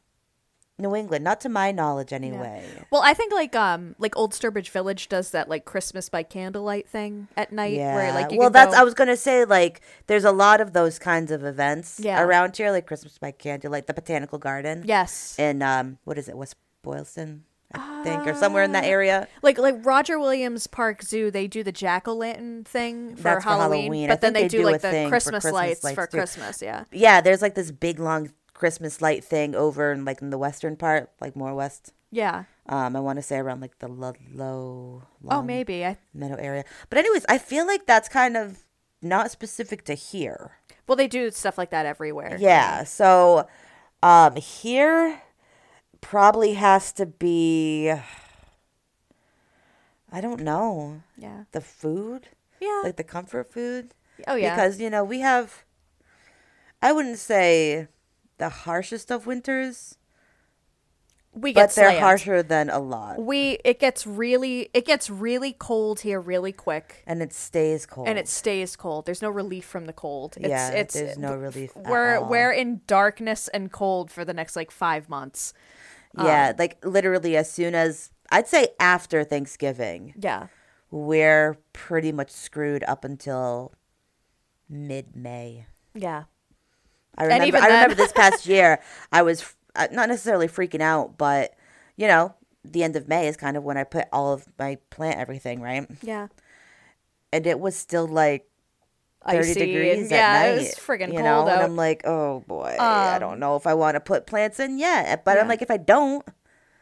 S1: New England, not to my knowledge, anyway.
S2: Well, I think like um like Old Sturbridge Village does that like Christmas by candlelight thing at night
S1: Yeah.
S2: where like you
S1: well,
S2: can
S1: that's
S2: go-
S1: I was gonna say like there's a lot of those kinds of events
S2: Yeah.
S1: around here, like Christmas by candlelight, the Botanical Garden.
S2: yes
S1: And um, what is it, West Boylston? I I think, or somewhere in that
S2: Uh,
S1: area.
S2: Like like Roger Williams Park Zoo, they do the jack o' lantern thing for,
S1: That's for
S2: Halloween,
S1: Halloween. I
S2: but then
S1: think
S2: they,
S1: they
S2: do,
S1: do a
S2: like
S1: thing
S2: the
S1: for
S2: Christmas,
S1: Christmas
S2: lights,
S1: lights,
S2: for
S1: too.
S2: Christmas. Yeah,
S1: Yeah, there's like this big long Christmas light thing over in like in the western part, like more west.
S2: yeah.
S1: Um, I want to say around like the Ludlow.
S2: Oh,
S1: Long
S2: maybe I.
S1: Meadow area. But anyways, I feel like that's kind of not specific to here.
S2: Well, they do stuff like that everywhere.
S1: Yeah. So um here probably has to be I don't know.
S2: yeah,
S1: The food?
S2: yeah.
S1: Like the comfort food?
S2: oh yeah,
S1: Because, you know, we have I wouldn't say the harshest of winters,
S2: we get
S1: but they're
S2: slammed.
S1: harsher than a lot.
S2: We it gets really it gets really cold here really quick.
S1: And it stays cold.
S2: and it stays cold. There's no relief from the cold. It's,
S1: yeah,
S2: it's
S1: there's no relief. at
S2: we're
S1: all.
S2: we're in darkness and cold for the next like five months.
S1: Yeah, like literally as soon as I'd say after Thanksgiving,
S2: Yeah,
S1: we're pretty much screwed up until mid May.
S2: yeah,
S1: I remember.
S2: even
S1: I
S2: then-
S1: remember this
S2: [laughs]
S1: past year, I was f- uh, not necessarily freaking out, but you know, the end of May is kind of when I put all of my plant everything right,
S2: yeah.
S1: and it was still like. 30
S2: Icy
S1: degrees
S2: and-
S1: at
S2: yeah,
S1: night.
S2: it was friggin'
S1: you know?
S2: cold
S1: And
S2: out.
S1: I'm like, oh boy, I don't know if I want to put plants in yet. But I'm
S2: Yeah.
S1: like, if I don't,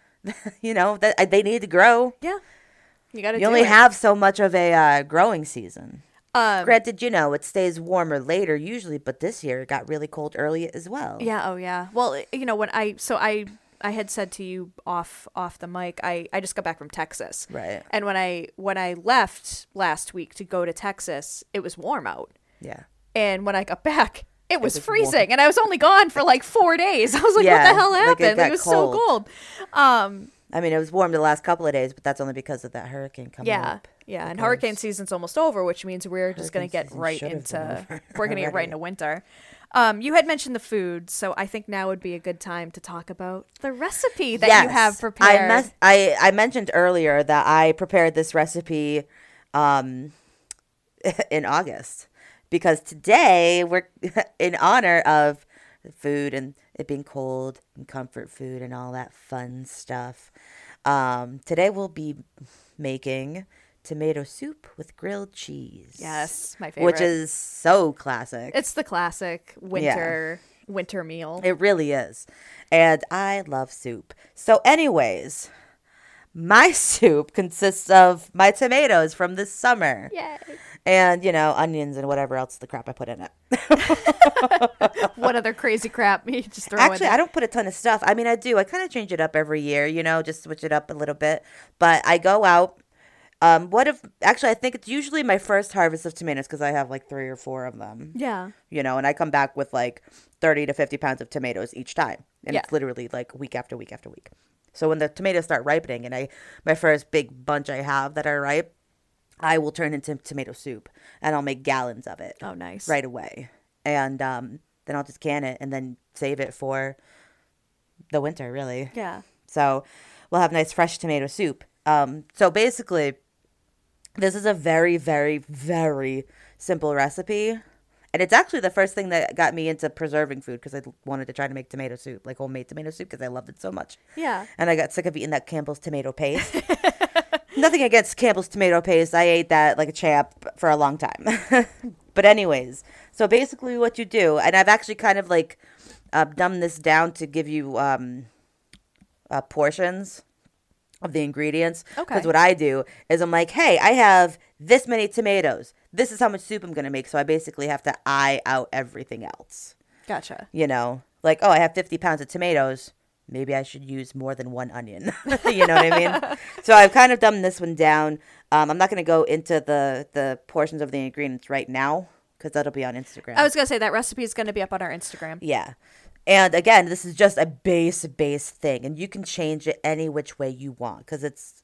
S1: [laughs] you know, that I- they need to grow.
S2: Yeah, you got to.
S1: You only have so much of a uh, growing season.
S2: Um,
S1: Granted, you know, it stays warmer later usually, but this year it got really cold early as well.
S2: Yeah. Oh, yeah. Well, i- you know when I so I I had said to you off off the mic. I I just got back from Texas.
S1: Right.
S2: And when I when I left last week to go to Texas, it was warm out.
S1: Yeah.
S2: And when I got back, it was,
S1: was warm.
S2: freezing, and I was only gone for like four days. [laughs] I was like,
S1: Yeah,
S2: "What the hell
S1: like, it
S2: happened?" Like, it,
S1: got
S2: was so
S1: cold.
S2: cold. Um,
S1: I mean, it was warm the last couple of days, but that's only because of that hurricane coming
S2: yeah,
S1: up.
S2: yeah. And hurricane season's almost over, which means we're just gonna
S1: Hurricane
S2: get
S1: season
S2: right
S1: should have been
S2: into
S1: over [laughs]
S2: we're gonna get
S1: already.
S2: right into winter. Um, you had mentioned the food, so I think now would be a good time to talk about the recipe that you have prepared.
S1: I, mes- I I mentioned earlier that I prepared this recipe um, [laughs] in August because today we're [laughs] in honor of food and it being cold and comfort food and all that fun stuff. Um, today we'll be making tomato soup with grilled cheese.
S2: Yes, my
S1: Which
S2: favorite.
S1: is so classic.
S2: It's the classic winter winter meal.
S1: It really is. And I love soup. So, anyways, my [laughs] soup consists of my tomatoes from this summer.
S2: Yay.
S1: And, you know, onions and whatever else the crap I put in it.
S2: what other crazy crap [laughs] you just throw
S1: Actually,
S2: in?
S1: I don't put a ton of stuff. I mean, I do. I kind of change it up every year, you know, just switch it up a little bit. But I go out. Um, what if actually I think it's usually my first harvest of tomatoes because I have like three or four of them.
S2: yeah.
S1: you know, and I come back with like 30 to 50 pounds of tomatoes each time. And
S2: Yeah.
S1: it's literally like week after week after week. So when the tomatoes start ripening and I my first big bunch I have that are ripe, I will turn into tomato soup and I'll make gallons of it
S2: Oh, nice.
S1: right away. And um, then I'll just can it and then save it for the winter, really.
S2: Yeah.
S1: So we'll have nice fresh tomato soup. Um, so basically, this is a very, very, very simple recipe. And it's actually the first thing that got me into preserving food because I wanted to try to make tomato soup, like homemade tomato soup, because I loved it so much.
S2: Yeah.
S1: And I got sick of eating that Campbell's tomato paste. Nothing against Campbell's tomato paste. I ate that like a champ for a long time. [laughs] but anyways, so basically what you do, and I've actually kind of like uh, dumbed this down to give you um, uh, portions of the ingredients.
S2: Okay.
S1: Because what I do is I'm like, hey, I have this many tomatoes. This is how much soup I'm gonna make. So I basically have to eye out everything else
S2: Gotcha.
S1: you know, like, oh, I have 50 pounds of tomatoes. Maybe I should use more than one onion. [laughs] you know what I mean? so I've kind of dumbed this one down. Um, I'm not going to go into the, the portions of the ingredients right now because that'll be on Instagram.
S2: I was gonna say that recipe is gonna be up on our Instagram.
S1: yeah. And again, this is just a base, base thing. And you can change it any which way you want because it's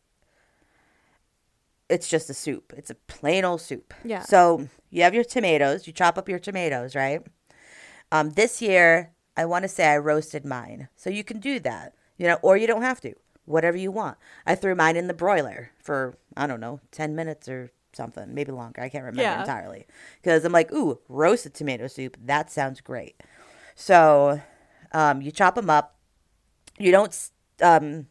S1: it's just a soup. It's a plain old soup.
S2: Yeah.
S1: So you have your tomatoes. You chop up your tomatoes, right? Um, this year, I want to say I roasted mine. So you can do that, you know, or you don't have to. Whatever you want. I threw mine in the broiler for I don't know ten minutes or something, maybe longer. I can't remember
S2: Yeah.
S1: entirely because I'm like, ooh, roasted tomato soup. That sounds great. So, um, you chop them up. You don't s- um,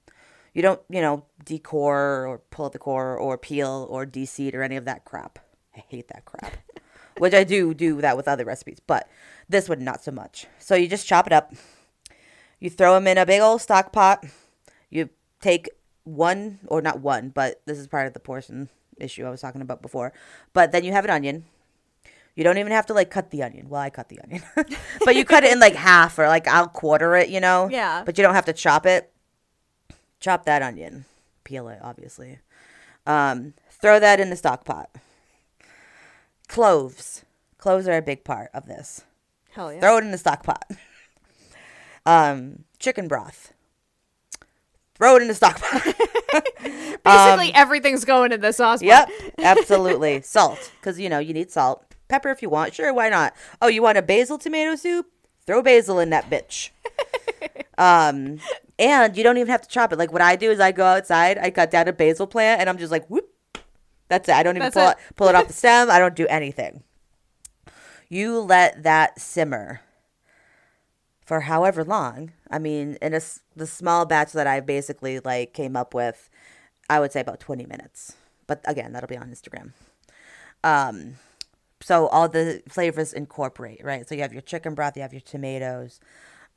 S1: You don't, you know, decore or pull at the core or peel or de-seed or any of that crap. I hate that crap. Which I do do that with other recipes, but this one not so much. So you just chop it up. You throw them in a big old stock pot. You take one or not one, but this is part of the portion issue I was talking about before. But then you have an onion. You don't even have to like cut the onion. Well, I cut the onion, [laughs] but you cut it in like half or like I'll quarter it, you know?
S2: Yeah.
S1: But you don't have to chop it. Chop that onion, peel it, obviously. Um, throw that in the stock pot. Cloves. Cloves are a big part of this.
S2: Hell yeah.
S1: Throw it in the stock pot. [laughs] Um, chicken broth. Throw it in the stock pot.
S2: [laughs]
S1: [laughs]
S2: Basically, everything's going in the sauce.
S1: Yep, absolutely. salt, because you know you need salt. Pepper if you want, sure, why not? Oh, you want a basil tomato soup? Throw basil in that
S2: [laughs]
S1: bitch. um, and you don't even have to chop it. Like what I do is I go outside, I cut down a basil plant, and I'm just like, whoop. That's it. I don't even
S2: That's
S1: pull
S2: it.
S1: it. pull it off
S2: [laughs]
S1: the stem. I don't do anything. You let that simmer for however long. I mean, in a s the small batch that I basically like came up with, I would say about 20 minutes. But again, that'll be on Instagram. Um, so all the flavors incorporate, right? So you have your chicken broth, you have your tomatoes,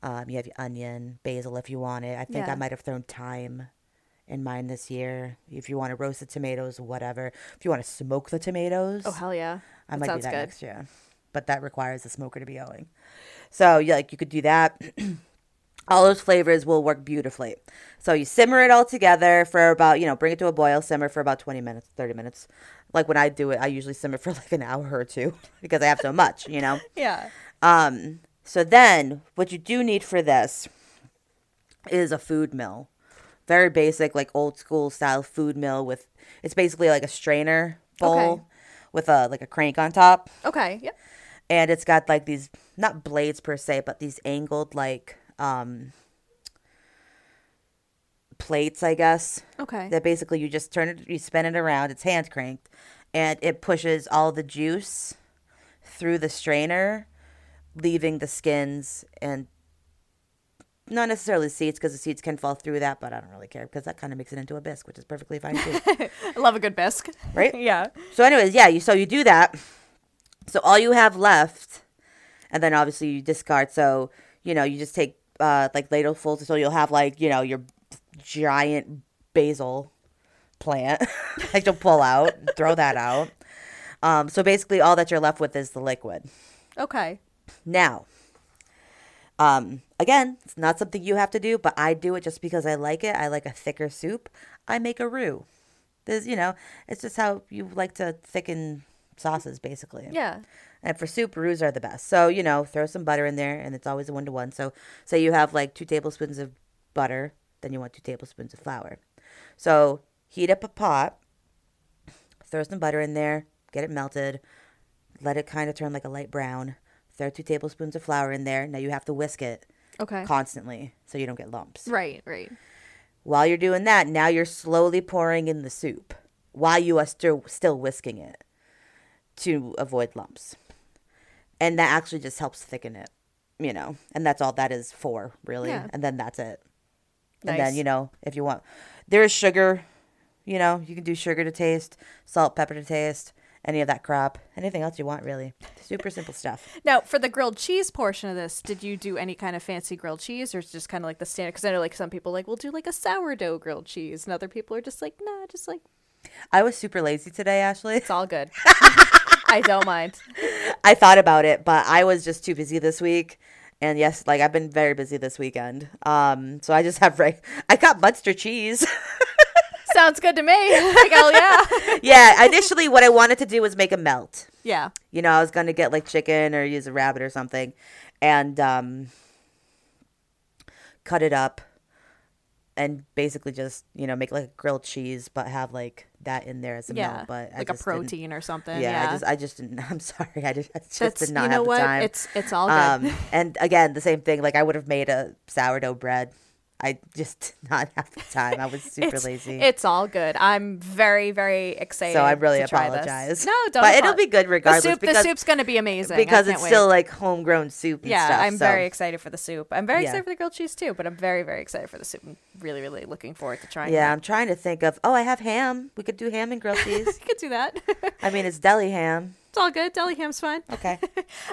S1: um, you have your onion, basil if you want it. I think
S2: Yeah.
S1: I might have thrown thyme in mine this year. If you want to roast the tomatoes, whatever. If you want to smoke the tomatoes,
S2: Oh hell yeah.
S1: I
S2: That
S1: might do
S2: sounds
S1: that
S2: good.
S1: next year. But that requires the smoker to be owing. So yeah, like you could do that. [clears throat] all those flavors will work beautifully. So you simmer it all together for about, you know, bring it to a boil, simmer for about 20 minutes, 30 minutes. Like when I do it, I usually simmer for [laughs] like an hour or two [laughs] because I have so much, you know.
S2: Yeah.
S1: Um, so then what you do need for this is a food mill. Very basic, like old school style food mill with it's basically like a strainer bowl
S2: Okay.
S1: with a like a crank on top.
S2: Okay. Yep.
S1: And it's got like these not blades per se, but these angled like um plates, I guess.
S2: Okay.
S1: That basically you just turn it you spin it around, it's hand cranked, and it pushes all the juice through the strainer, leaving the skins and not necessarily seeds because the seeds can fall through that, but I don't really care because that kind of makes it into a bisque, which is perfectly fine too.
S2: I love a good bisque.
S1: right?
S2: [laughs] yeah.
S1: So, anyways, yeah, you so you do that. So all you have left, and then obviously you discard. So you know you just take uh, like ladlefuls. So you'll have like you know your giant basil plant [laughs] that you'll pull out, throw that out. Um, so basically, all that you're left with is the liquid.
S2: Okay.
S1: Now, um, again, it's not something you have to do, but I do it just because I like it. I like a thicker soup. I make a roux. There's, you know, it's just how you like to thicken sauces, basically.
S2: Yeah.
S1: And for soup, roux are the best. So, you know, throw some butter in there, and it's always a one to one. So, say you have like two tablespoons of butter, then you want two tablespoons of flour. So, heat up a pot, throw some butter in there, get it melted, let it kind of turn like a light brown, throw two tablespoons of flour in there. Now, you have to whisk it
S2: Okay.
S1: constantly so you don't get lumps.
S2: right. Right.
S1: While you're doing that, now you're slowly pouring in the soup while you are still still whisking it to avoid lumps. And that actually just helps thicken it, you know. And that's all that is for, really.
S2: Yeah.
S1: And then that's it. And
S2: Nice.
S1: then, you know, if you want there is sugar, you know, you can do sugar to taste, salt, pepper to taste, any of that crap, anything else you want really. Super simple stuff.
S2: Now, for the grilled cheese portion of this, did you do any kind of fancy grilled cheese, or it's just kind of like the standard? Because I know like some people like will do like a sourdough grilled cheese, and other people are just like, nah, just like
S1: I was super lazy today, Ashley. [laughs]
S2: it's all [laughs] good. I don't mind.
S1: I thought about it, but I was just too busy this week. And yes, like I've been very busy this weekend. Um, so I just [laughs] have right. I got Munster cheese. [laughs]
S2: Sounds good to me. [laughs] Like, hell [laughs] yeah.
S1: yeah, initially what I wanted to do was make a melt.
S2: Yeah.
S1: You know, I was gonna get like chicken or use a rabbit or something, and um, cut it up, and basically just you know make like a grilled cheese, but have like that in there as a
S2: Yeah.
S1: melt. But I
S2: like a
S1: just didn't-
S2: protein or something.
S1: Yeah,
S2: Yeah.
S1: I just I just didn't. [laughs] I'm sorry, I just, I just
S2: That's-
S1: did not
S2: you know
S1: have the
S2: what?
S1: time.
S2: It's it's all good.
S1: Um, and again, the same thing. Like I would have made a sourdough bread. I just [laughs] did not have the time.
S2: [laughs]
S1: I was super
S2: It's,
S1: lazy.
S2: it's all good. I'm very, very excited.
S1: so I really
S2: to try this.
S1: apologize.
S2: No, don't.
S1: But
S2: apo-
S1: it'll be good
S2: The
S1: regardless
S2: soup, the
S1: because,
S2: soup's gonna be amazing. I
S1: because
S2: can't
S1: it's
S2: wait.
S1: still like homegrown soup and
S2: Yeah,
S1: stuff.
S2: I'm
S1: so.
S2: very excited for the soup. I'm very
S1: Yeah.
S2: excited for the grilled cheese too, but I'm very, very excited for the soup. I'm really, really looking forward to trying.
S1: Yeah,
S2: that.
S1: I'm trying to think of. Oh, I have ham. We could do ham and grilled
S2: [laughs]
S1: cheese.
S2: we could do that. it's
S1: I mean, it's deli ham.
S2: all good. Deli ham's fine.
S1: Okay.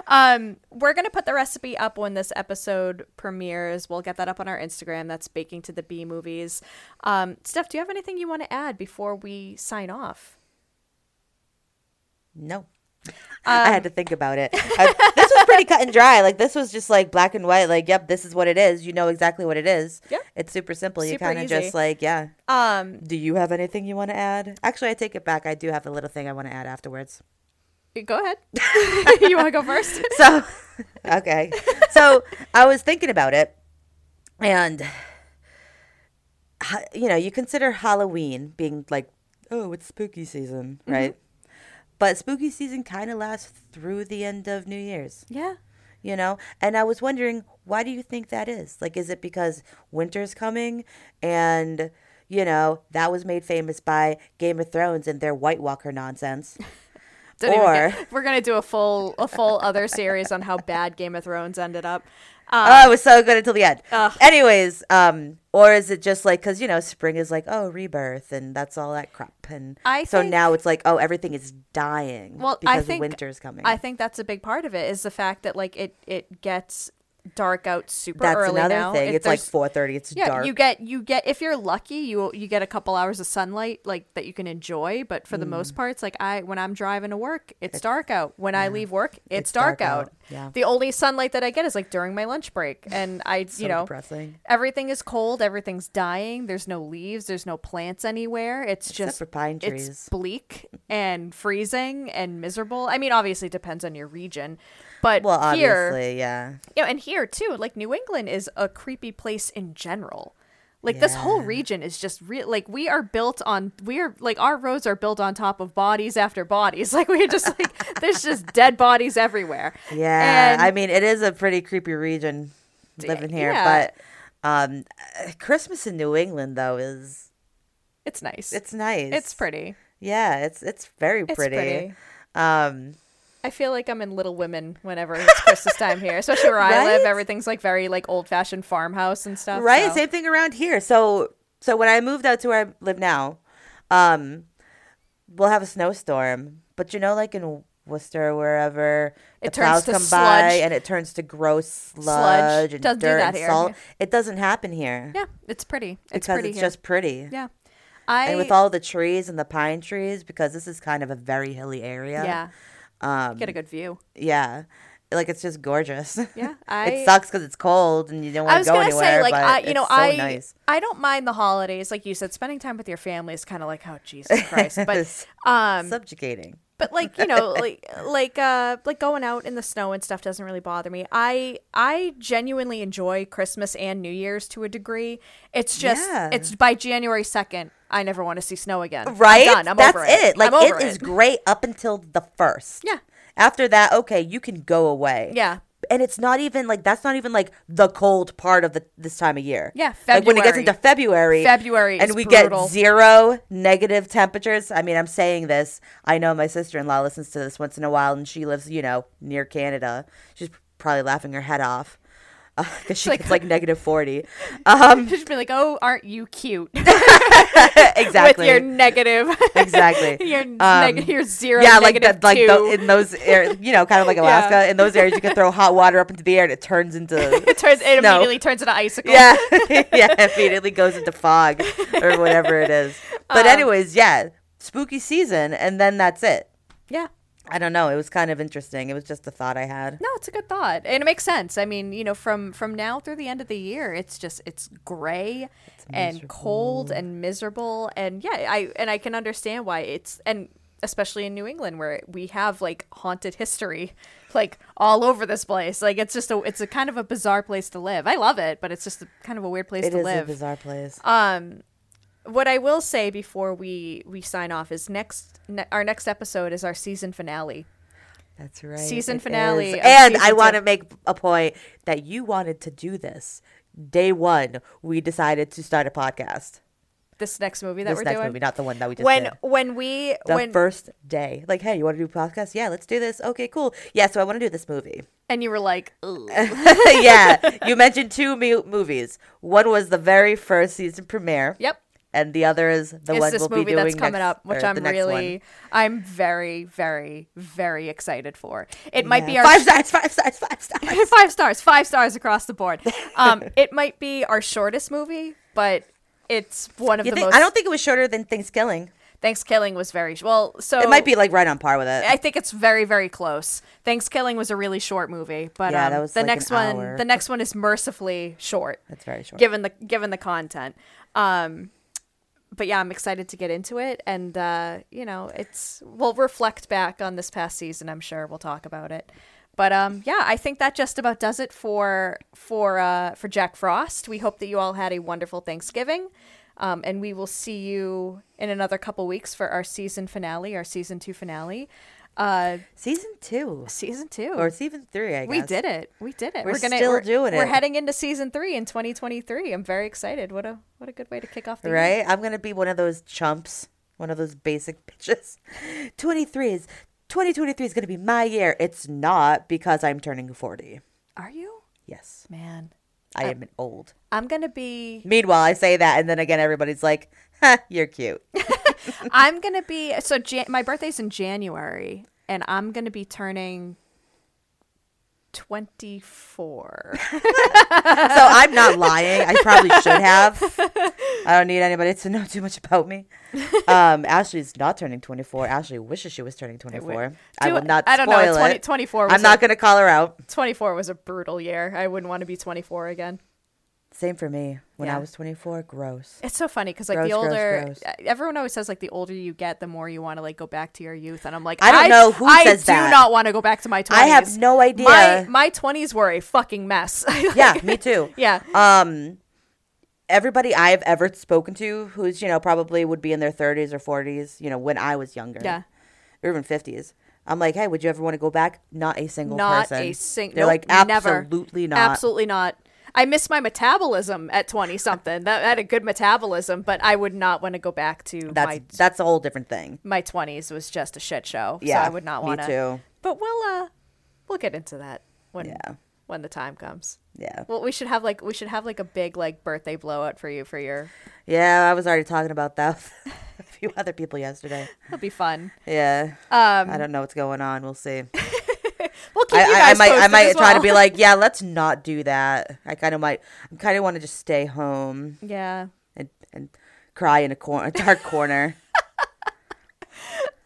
S2: Um, we're gonna put the recipe up when this episode premieres. We'll get that up on our Instagram. That's baking to the B movies. Um, Steph, do you have anything you want to add before we sign off?
S1: No. I
S2: Um,
S1: had to think about
S2: [laughs]
S1: it. I- this was pretty cut and dry. Like this was just like black and white. Like, yep, this is what it is. You know exactly what it is.
S2: Yep.
S1: It's super simple. you
S2: Super
S1: kind of
S2: easy.
S1: just like, yeah.
S2: Um,
S1: Do you have anything you want to add? Actually, I take it back. I do have a little thing I want to add afterwards. [laughs]
S2: go ahead. [laughs] you want to go first?
S1: So, okay. So I was thinking about it, and ha- you know, you consider Halloween being like, oh, it's spooky season, right? But spooky season kind of lasts through the end of New Year's.
S2: Yeah.
S1: you know and i was wondering why do you think that is like is it because winter's coming and you know that was made famous by game of thrones and their white walker nonsense
S2: Didn't even
S1: Or-
S2: get- we're gonna do a full a full other series on how bad Game of Thrones ended up. Uh,
S1: oh it was so good until the end anyways um or is it just like because you know spring is like oh rebirth and that's all that crap and
S2: I
S1: so
S2: think-
S1: now it's like oh everything is dying
S2: well,
S1: because
S2: I think
S1: winter's coming
S2: I think that's a big part of it is the fact that like it it gets dark out super
S1: that's
S2: early
S1: another
S2: now.
S1: thing
S2: It-
S1: it's like
S2: there's-
S1: 4.30 it's
S2: yeah,
S1: dark
S2: you get you get if you're lucky, you you get a couple hours of sunlight like that you can enjoy. But for the
S1: Mm.
S2: most part, it's like I when I'm driving to work, it's, dark out. When I leave work, it's, dark,
S1: dark
S2: out.
S1: out. Yeah.
S2: The only sunlight that I get is like during my lunch break, and I you know
S1: depressing.
S2: everything is cold, everything's dying. There's no leaves, there's no plants anywhere. It's just
S1: for pine
S2: It's
S1: trees.
S2: bleak and freezing and miserable. I mean, obviously it depends on your region, but
S1: well
S2: here
S1: obviously yeah
S2: yeah, and here too, like New England is a creepy place in general. Like this whole region is just real. Like we are built on, we are like our roads are built on top of bodies after bodies. [laughs] Like we're just like there's just dead bodies everywhere.
S1: Yeah,
S2: And-
S1: I mean it is a pretty creepy region living here,
S2: yeah.
S1: but um uh, Christmas in New England though is
S2: it's nice. It's
S1: it's nice.
S2: it's pretty.
S1: Yeah, it's it's very
S2: It's
S1: pretty.
S2: pretty.
S1: Um
S2: I feel like I'm in Little Women whenever it's Christmas time here, especially where I live.
S1: Right?
S2: Everything's like very like old fashioned farmhouse and stuff.
S1: right,
S2: so-
S1: same thing around here. So so when I moved out to where I live now, um we'll have a snowstorm, but you know like in Worcester or wherever
S2: It
S1: the
S2: turns
S1: plows
S2: to
S1: come by
S2: sludge.
S1: and it turns to gross sludge, and
S2: Doesn't do
S1: dirt
S2: that
S1: and
S2: here.
S1: salt. It doesn't happen here.
S2: Yeah, it's pretty. It's
S1: because
S2: pretty
S1: it's
S2: here.
S1: just pretty.
S2: yeah. I
S1: and with all the trees and the pine trees because this is kind of a very hilly area
S2: yeah
S1: um
S2: get a good view.
S1: yeah like it's just gorgeous [laughs]
S2: Yeah, I-
S1: it sucks because it's cold and you don't
S2: I
S1: want
S2: was
S1: to go
S2: gonna
S1: anywhere
S2: say, like,
S1: but
S2: I, you know,
S1: it's so
S2: I,
S1: nice
S2: I don't mind the holidays, like you said, spending time with your family is kind of like, oh Jesus Christ,
S1: [laughs]
S2: but,
S1: It's
S2: um,
S1: subjugating
S2: but like you know, like, like, uh, like going out in the snow and stuff doesn't really bother me. I, I genuinely enjoy Christmas and New Year's to a degree. It's just,
S1: Yeah.
S2: it's by January second, I never want to see snow again. I'm
S1: right
S2: done. I'm
S1: that's
S2: over
S1: it,
S2: it.
S1: like
S2: I'm over
S1: it is great up until the first
S2: Yeah.
S1: after that okay you can go away
S2: Yeah.
S1: and it's not even like that's not even like the cold part of the this time of year.
S2: Yeah,
S1: Like when it gets
S2: February.
S1: into February,
S2: February
S1: and
S2: is
S1: we
S2: brutal.
S1: get zero negative temperatures. I mean, I'm saying this. I know my sister in law listens to this once in a while, and she lives, you know, near Canada. She's probably laughing her head off [laughs] because she
S2: like-
S1: gets like negative
S2: [laughs]
S1: forty. Um,
S2: Just be like, oh, aren't you cute
S1: [laughs]
S2: [laughs]
S1: exactly.
S2: with
S1: [laughs]
S2: your negative? [laughs]
S1: Exactly.
S2: your,
S1: Um,
S2: neg- your zero.
S1: yeah, like
S2: negative
S1: that, like
S2: two.
S1: the, in those areas, you know,
S2: [laughs]
S1: kind of like Alaska. In those areas, you can throw hot water up into the air, and it turns
S2: [laughs]
S1: into
S2: It turns. It
S1: No.
S2: immediately turns into [laughs] icicle.
S1: Yeah, [laughs] yeah, immediately goes into fog or whatever it is.
S2: Um,
S1: But anyways, yeah, spooky season, and then that's it.
S2: Yeah.
S1: I don't know. It was kind of interesting. It was just a thought I had.
S2: No, it's a good thought, and it makes sense. I mean, you know, from from now through the end of the year, it's just it's gray and cold and miserable, and yeah, I and I can understand why it's and especially in New England where we have like haunted history, [laughs] like all over this place. Like it's just a it's a kind of a bizarre place to live. I love it, but it's just a, kind of a weird place
S1: It
S2: to
S1: is
S2: live. Um,
S1: a bizarre place.
S2: what I will say before we we sign off is next ne- our next episode is our season finale.
S1: That's right.
S2: Season
S1: it is.
S2: finale of
S1: And
S2: season
S1: I
S2: two.
S1: want to make a point that you wanted to do this. Day one, we decided to start a podcast.
S2: This next movie that
S1: This
S2: we're
S1: next
S2: doing.
S1: movie, not the one that we just
S2: when
S1: did.
S2: when we
S1: The
S2: when
S1: first day. Like, hey, you want to do a podcast? Yeah, let's do this. Okay, cool. Yeah, so I want to do this movie.
S2: and you were like,
S1: [laughs] yeah, you mentioned two mu- movies. One was the very first season premiere.
S2: "Yep,
S1: And the other is the
S2: it's
S1: one
S2: this
S1: we'll be
S2: movie
S1: doing
S2: that's coming
S1: next-
S2: up, which
S1: or
S2: I'm
S1: the next
S2: really,
S1: one.
S2: I'm very, very, very excited for. It might be
S1: Yeah.
S2: our [laughs]
S1: five stars, five stars, five stars.
S2: five stars, five stars across
S1: [laughs]
S2: the board. Um, it might be our shortest movie, but it's one of
S1: You
S2: the
S1: think,
S2: most.
S1: I don't think it was shorter than Thanksgiving.
S2: Thanksgiving was very sh- well. So
S1: It might be like right on par with it.
S2: I think it's very, very close. Thanksgiving was a really short movie, but
S1: Yeah,
S2: um,
S1: that was
S2: the
S1: like
S2: next
S1: an
S2: one,
S1: hour.
S2: the next one is mercifully short.
S1: That's very short.
S2: given the given the content. Um, but yeah, I'm excited to get into it, and uh, you know, it's we'll reflect back on this past season. I'm sure we'll talk about it. But um, yeah, I think that just about does it for for uh, for Jack Frost. We hope that you all had a wonderful Thanksgiving, um, and we will see you in another couple weeks for our season finale, our season two finale, uh,
S1: season two
S2: season two.
S1: or season three, I guess.
S2: we did it. We did it.
S1: We're still doing
S2: We're
S1: it.
S2: heading into season three in 2023. I'm very excited. What a what a good way to kick off the year.
S1: Right? I'm going to be one of those chumps, one of those basic bitches. [laughs] 23 is 2023 is going to be my year. It's not because I'm turning 40.
S2: Are you?
S1: Yes,
S2: Man,
S1: I
S2: Uh,
S1: am an old.
S2: I'm gonna be.
S1: Meanwhile, I say that, and then again, everybody's like, huh, you're
S2: [laughs]
S1: cute.
S2: I'm gonna be. So Jan- my birthday's in January, and I'm gonna be turning
S1: [laughs]
S2: 24.
S1: so I'm not lying. I probably should
S2: [laughs]
S1: have. I don't need anybody to know too much about me. Um, Ashley's not turning 24. Ashley wishes she was turning 24. I
S2: Do-
S1: will not spoil
S2: I don't know,
S1: it.
S2: 20 24 was
S1: I'm not
S2: a-
S1: going to call her out.
S2: 24 was a brutal year. I wouldn't want to be 24 again.
S1: Same for me. When
S2: Yeah.
S1: I was 24, gross.
S2: It's so funny because like
S1: Gross,
S2: the
S1: gross,
S2: older e,
S1: gross.
S2: everyone always says like the older you get, the more you want to like go back to your youth, and I'm like,
S1: I don't know who
S2: I
S1: says
S2: do
S1: that.
S2: not want to go back to my twenties.
S1: I have no idea.
S2: My my twenties were a fucking mess. [laughs]
S1: yeah, me too.
S2: yeah.
S1: Um, everybody I've ever spoken to who's, you know, probably would be in their 30s or 40s, you know, when I was younger.
S2: Yeah.
S1: Or even 50s. I'm like, hey, would you ever want to go back? Not a single
S2: not
S1: person.
S2: a single.
S1: They're like, absolutely
S2: never.
S1: not.
S2: Absolutely not. I miss my metabolism at twenty something. that I had a good metabolism, but I would not want to go back to
S1: That's
S2: my
S1: that's a whole different thing.
S2: my twenties. Was just a shit show.
S1: Yeah,
S2: so I would not
S1: me
S2: want to.
S1: too.
S2: But we'll uh, we'll get into that when
S1: Yeah.
S2: when the time comes.
S1: Yeah.
S2: Well, we should have like we should have like a big like birthday blowout for you for your.
S1: Yeah, I was already talking about that [laughs] with a few other people yesterday.
S2: It'll
S1: [laughs]
S2: be fun.
S1: Yeah.
S2: Um,
S1: I don't know what's going on. We'll see.
S2: we'll keep
S1: I,
S2: you
S1: I, I
S2: guys
S1: might I
S2: posted
S1: might
S2: as
S1: try to
S2: well.
S1: be like, yeah, let's not do that. I kind of might I kind of want to just stay home
S2: Yeah.
S1: and and cry in a corner, a dark
S2: [laughs]
S1: corner.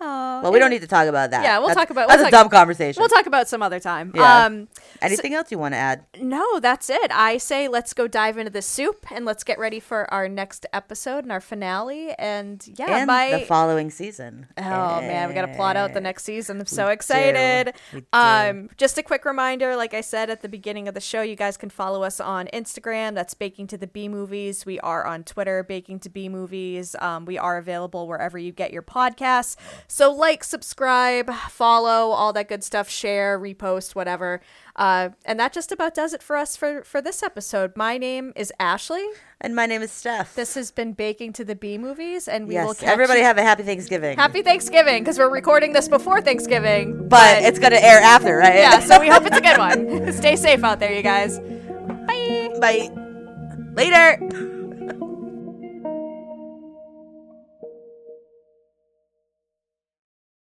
S1: well, we don't need to talk about that.
S2: Yeah, we'll
S1: That's-
S2: talk about-
S1: That's
S2: we'll
S1: a
S2: talk-
S1: dumb conversation.
S2: We'll talk about some other time.
S1: Yeah.
S2: Um,
S1: Anything else you want to add?
S2: no, that's it. I say let's go dive into the soup and let's get ready for our next episode and our finale. And yeah,
S1: and
S2: my
S1: the following season. Eh,
S2: Oh man, we got to plot out the
S1: Yeah.
S2: next season. I'm so
S1: We do.
S2: excited.
S1: We do.
S2: Um, just a quick reminder, like I said at the beginning of the show, you guys can follow us on Instagram. That's Baking to the B Movies. We are on Twitter, Baking to B Movies. Um, we are available wherever you get your podcasts. So like, subscribe, follow, all that good stuff. Share, repost, whatever. Uh, and that just about does it for us for for this episode. My name is Ashley.
S1: And my name is Steph.
S2: This has been Baking to the B Movies, and we will
S1: yes,
S2: catch
S1: everybody
S2: you-
S1: have a happy Thanksgiving.
S2: Happy Thanksgiving because we're recording this before Thanksgiving.
S1: but it's gonna air after, right?
S2: yeah, so we hope it's
S1: [laughs]
S2: a good one. Stay safe out there, you guys. Bye.
S1: Bye. Later.